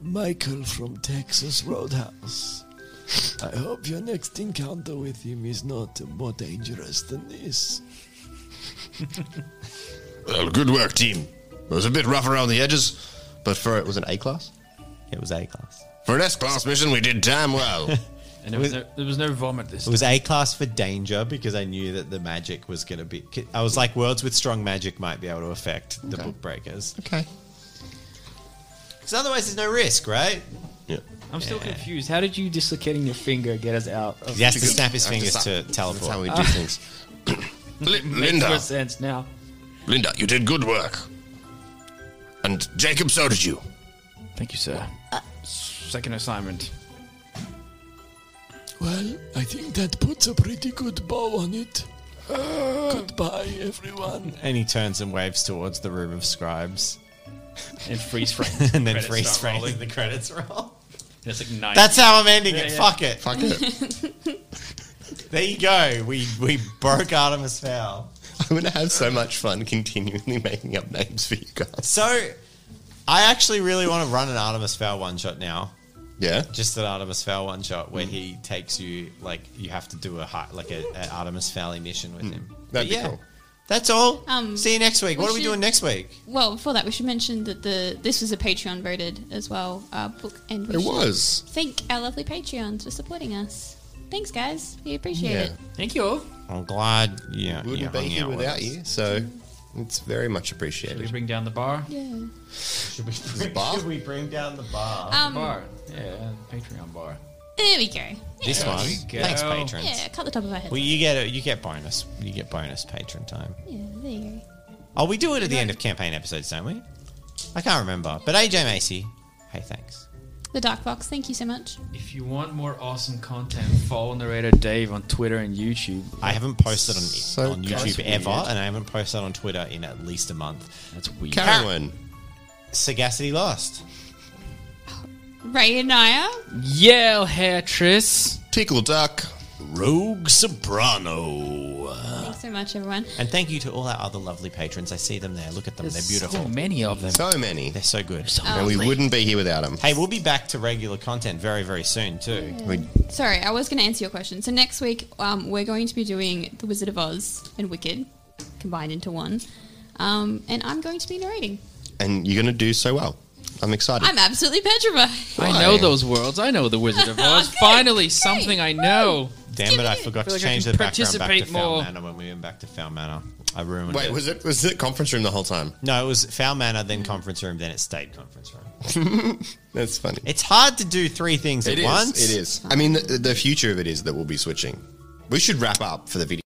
[SPEAKER 8] Michael from Texas Roadhouse. I hope your next encounter with him is not more dangerous than this.
[SPEAKER 3] Well, good work, team. Hmm. It was a bit rough around the edges.
[SPEAKER 5] But for it was an A class.
[SPEAKER 2] It was A class.
[SPEAKER 3] For an S-class mission, we did damn well.
[SPEAKER 1] And there was no, there was no vomit this
[SPEAKER 2] It was A class for danger because I knew that the magic was going to be. I was like, words with strong magic might be able to affect the book breakers.
[SPEAKER 5] Okay.
[SPEAKER 2] Because otherwise, there's no risk, right?
[SPEAKER 5] Yeah.
[SPEAKER 1] I'm still confused. How did you dislocating your finger get us out of
[SPEAKER 2] He has to snap his
[SPEAKER 5] I have
[SPEAKER 2] fingers
[SPEAKER 5] stop.
[SPEAKER 2] to
[SPEAKER 5] That's how
[SPEAKER 2] teleport.
[SPEAKER 5] we do things.
[SPEAKER 3] Li-
[SPEAKER 1] makes more
[SPEAKER 3] Linda,
[SPEAKER 1] sense now?
[SPEAKER 3] Linda, you did good work. And Jacob, so did you.
[SPEAKER 1] Thank you, sir. Second assignment.
[SPEAKER 8] Well, I think that puts a pretty good bow on it. Goodbye, everyone.
[SPEAKER 2] And he turns and waves towards the room of scribes,
[SPEAKER 1] And freeze frame.
[SPEAKER 2] and then
[SPEAKER 1] Credits
[SPEAKER 2] freeze
[SPEAKER 1] start
[SPEAKER 2] frames
[SPEAKER 1] rolling.
[SPEAKER 2] and the credits roll.
[SPEAKER 1] And it's like nine.
[SPEAKER 2] That's how I'm ending it.
[SPEAKER 1] yeah.
[SPEAKER 2] Fuck it.
[SPEAKER 5] Fuck it.
[SPEAKER 2] There you go. We we broke Artemis Fowl.
[SPEAKER 5] I'm going to have so much fun continually making up names for you guys.
[SPEAKER 2] So, I actually really want to run an Artemis Fowl one shot now.
[SPEAKER 5] Yeah.
[SPEAKER 2] Just an Artemis Fowl one shot where he takes you like you have to do a hi- like a, a Artemis Fowl mission with him.
[SPEAKER 5] Hmm. That'd be cool.
[SPEAKER 2] That's all.
[SPEAKER 4] Um,
[SPEAKER 2] See you next week.
[SPEAKER 4] we
[SPEAKER 2] What are we
[SPEAKER 4] should-
[SPEAKER 2] doing next week?
[SPEAKER 4] Well, before that, we should mention that the this was a Patreon voted as well uh, book, and we
[SPEAKER 5] It
[SPEAKER 4] should
[SPEAKER 5] was.
[SPEAKER 4] thank our lovely Patreons for supporting us. Thanks, guys. We appreciate
[SPEAKER 5] Yeah.
[SPEAKER 4] it.
[SPEAKER 1] Thank you all.
[SPEAKER 2] I'm glad. Yeah,
[SPEAKER 5] We wouldn't be here without you, so it's very much
[SPEAKER 1] Should we
[SPEAKER 5] appreciated.
[SPEAKER 1] bring down the bar?
[SPEAKER 4] Yeah.
[SPEAKER 5] The bar?
[SPEAKER 2] Should we bring down the bar?
[SPEAKER 4] Um,
[SPEAKER 1] Bar. Yeah, Patreon bar.
[SPEAKER 4] there we go.
[SPEAKER 2] This one.
[SPEAKER 1] go.
[SPEAKER 2] Thanks, patrons.
[SPEAKER 4] Yeah, cut the top of our head.
[SPEAKER 2] Well, you get a, you get bonus. You get bonus patron time.
[SPEAKER 4] yeah, there you go.
[SPEAKER 2] Oh, we do it at the end of campaign episodes, don't we? I can't remember. But AJ Macy, hey, thanks.
[SPEAKER 4] The Dark Box, thank you so much.
[SPEAKER 1] If you want more awesome content, follow narrator Dave on Twitter and YouTube.
[SPEAKER 2] I haven't posted on,
[SPEAKER 5] So
[SPEAKER 2] on
[SPEAKER 5] guys,
[SPEAKER 2] YouTube ever,
[SPEAKER 1] weird.
[SPEAKER 2] and I haven't posted on Twitter in at least a month.
[SPEAKER 1] That's weird.
[SPEAKER 5] Carowin.
[SPEAKER 2] Sagacity lost.
[SPEAKER 4] Ray and Naya,
[SPEAKER 1] Yell, hair, Tris.
[SPEAKER 5] Tickle Duck.
[SPEAKER 10] Rogue Soprano.
[SPEAKER 4] thanks so much, everyone.
[SPEAKER 2] And thank you to all our other lovely patrons. I see them there. Look at them. They're beautiful.
[SPEAKER 1] So many of them.
[SPEAKER 5] So many.
[SPEAKER 2] They're so good.
[SPEAKER 5] And we wouldn't be here without them.
[SPEAKER 2] Hey, we'll be back to regular content very, very soon, too.
[SPEAKER 5] We,
[SPEAKER 4] Sorry, I was going to answer your question. So next week, um, we're going to be doing The Wizard of Oz and Wicked combined into one, um, and I'm going to be narrating.
[SPEAKER 5] and you're going to do so well. I'm excited.
[SPEAKER 4] I'm absolutely petrified.
[SPEAKER 1] I know those worlds. I know the Wizard of Oz. Finally, something I know.
[SPEAKER 2] Damn it, I forgot
[SPEAKER 1] Feel
[SPEAKER 2] to
[SPEAKER 1] like I
[SPEAKER 2] change
[SPEAKER 1] can
[SPEAKER 2] the background back to
[SPEAKER 1] participate
[SPEAKER 2] Foul
[SPEAKER 1] more.
[SPEAKER 2] Manor when we went back to Foul Manor. I ruined
[SPEAKER 5] Wait,
[SPEAKER 2] it.
[SPEAKER 5] was it was it conference room the whole time?
[SPEAKER 2] No, it was Foul Manor, then
[SPEAKER 5] Mm.
[SPEAKER 2] Conference Room, then it stayed Conference Room.
[SPEAKER 5] That's funny.
[SPEAKER 2] It's hard to do three things at
[SPEAKER 5] It is,
[SPEAKER 2] once.
[SPEAKER 5] It is. I mean, the, the future of it is that we'll be switching. We should wrap up for the video.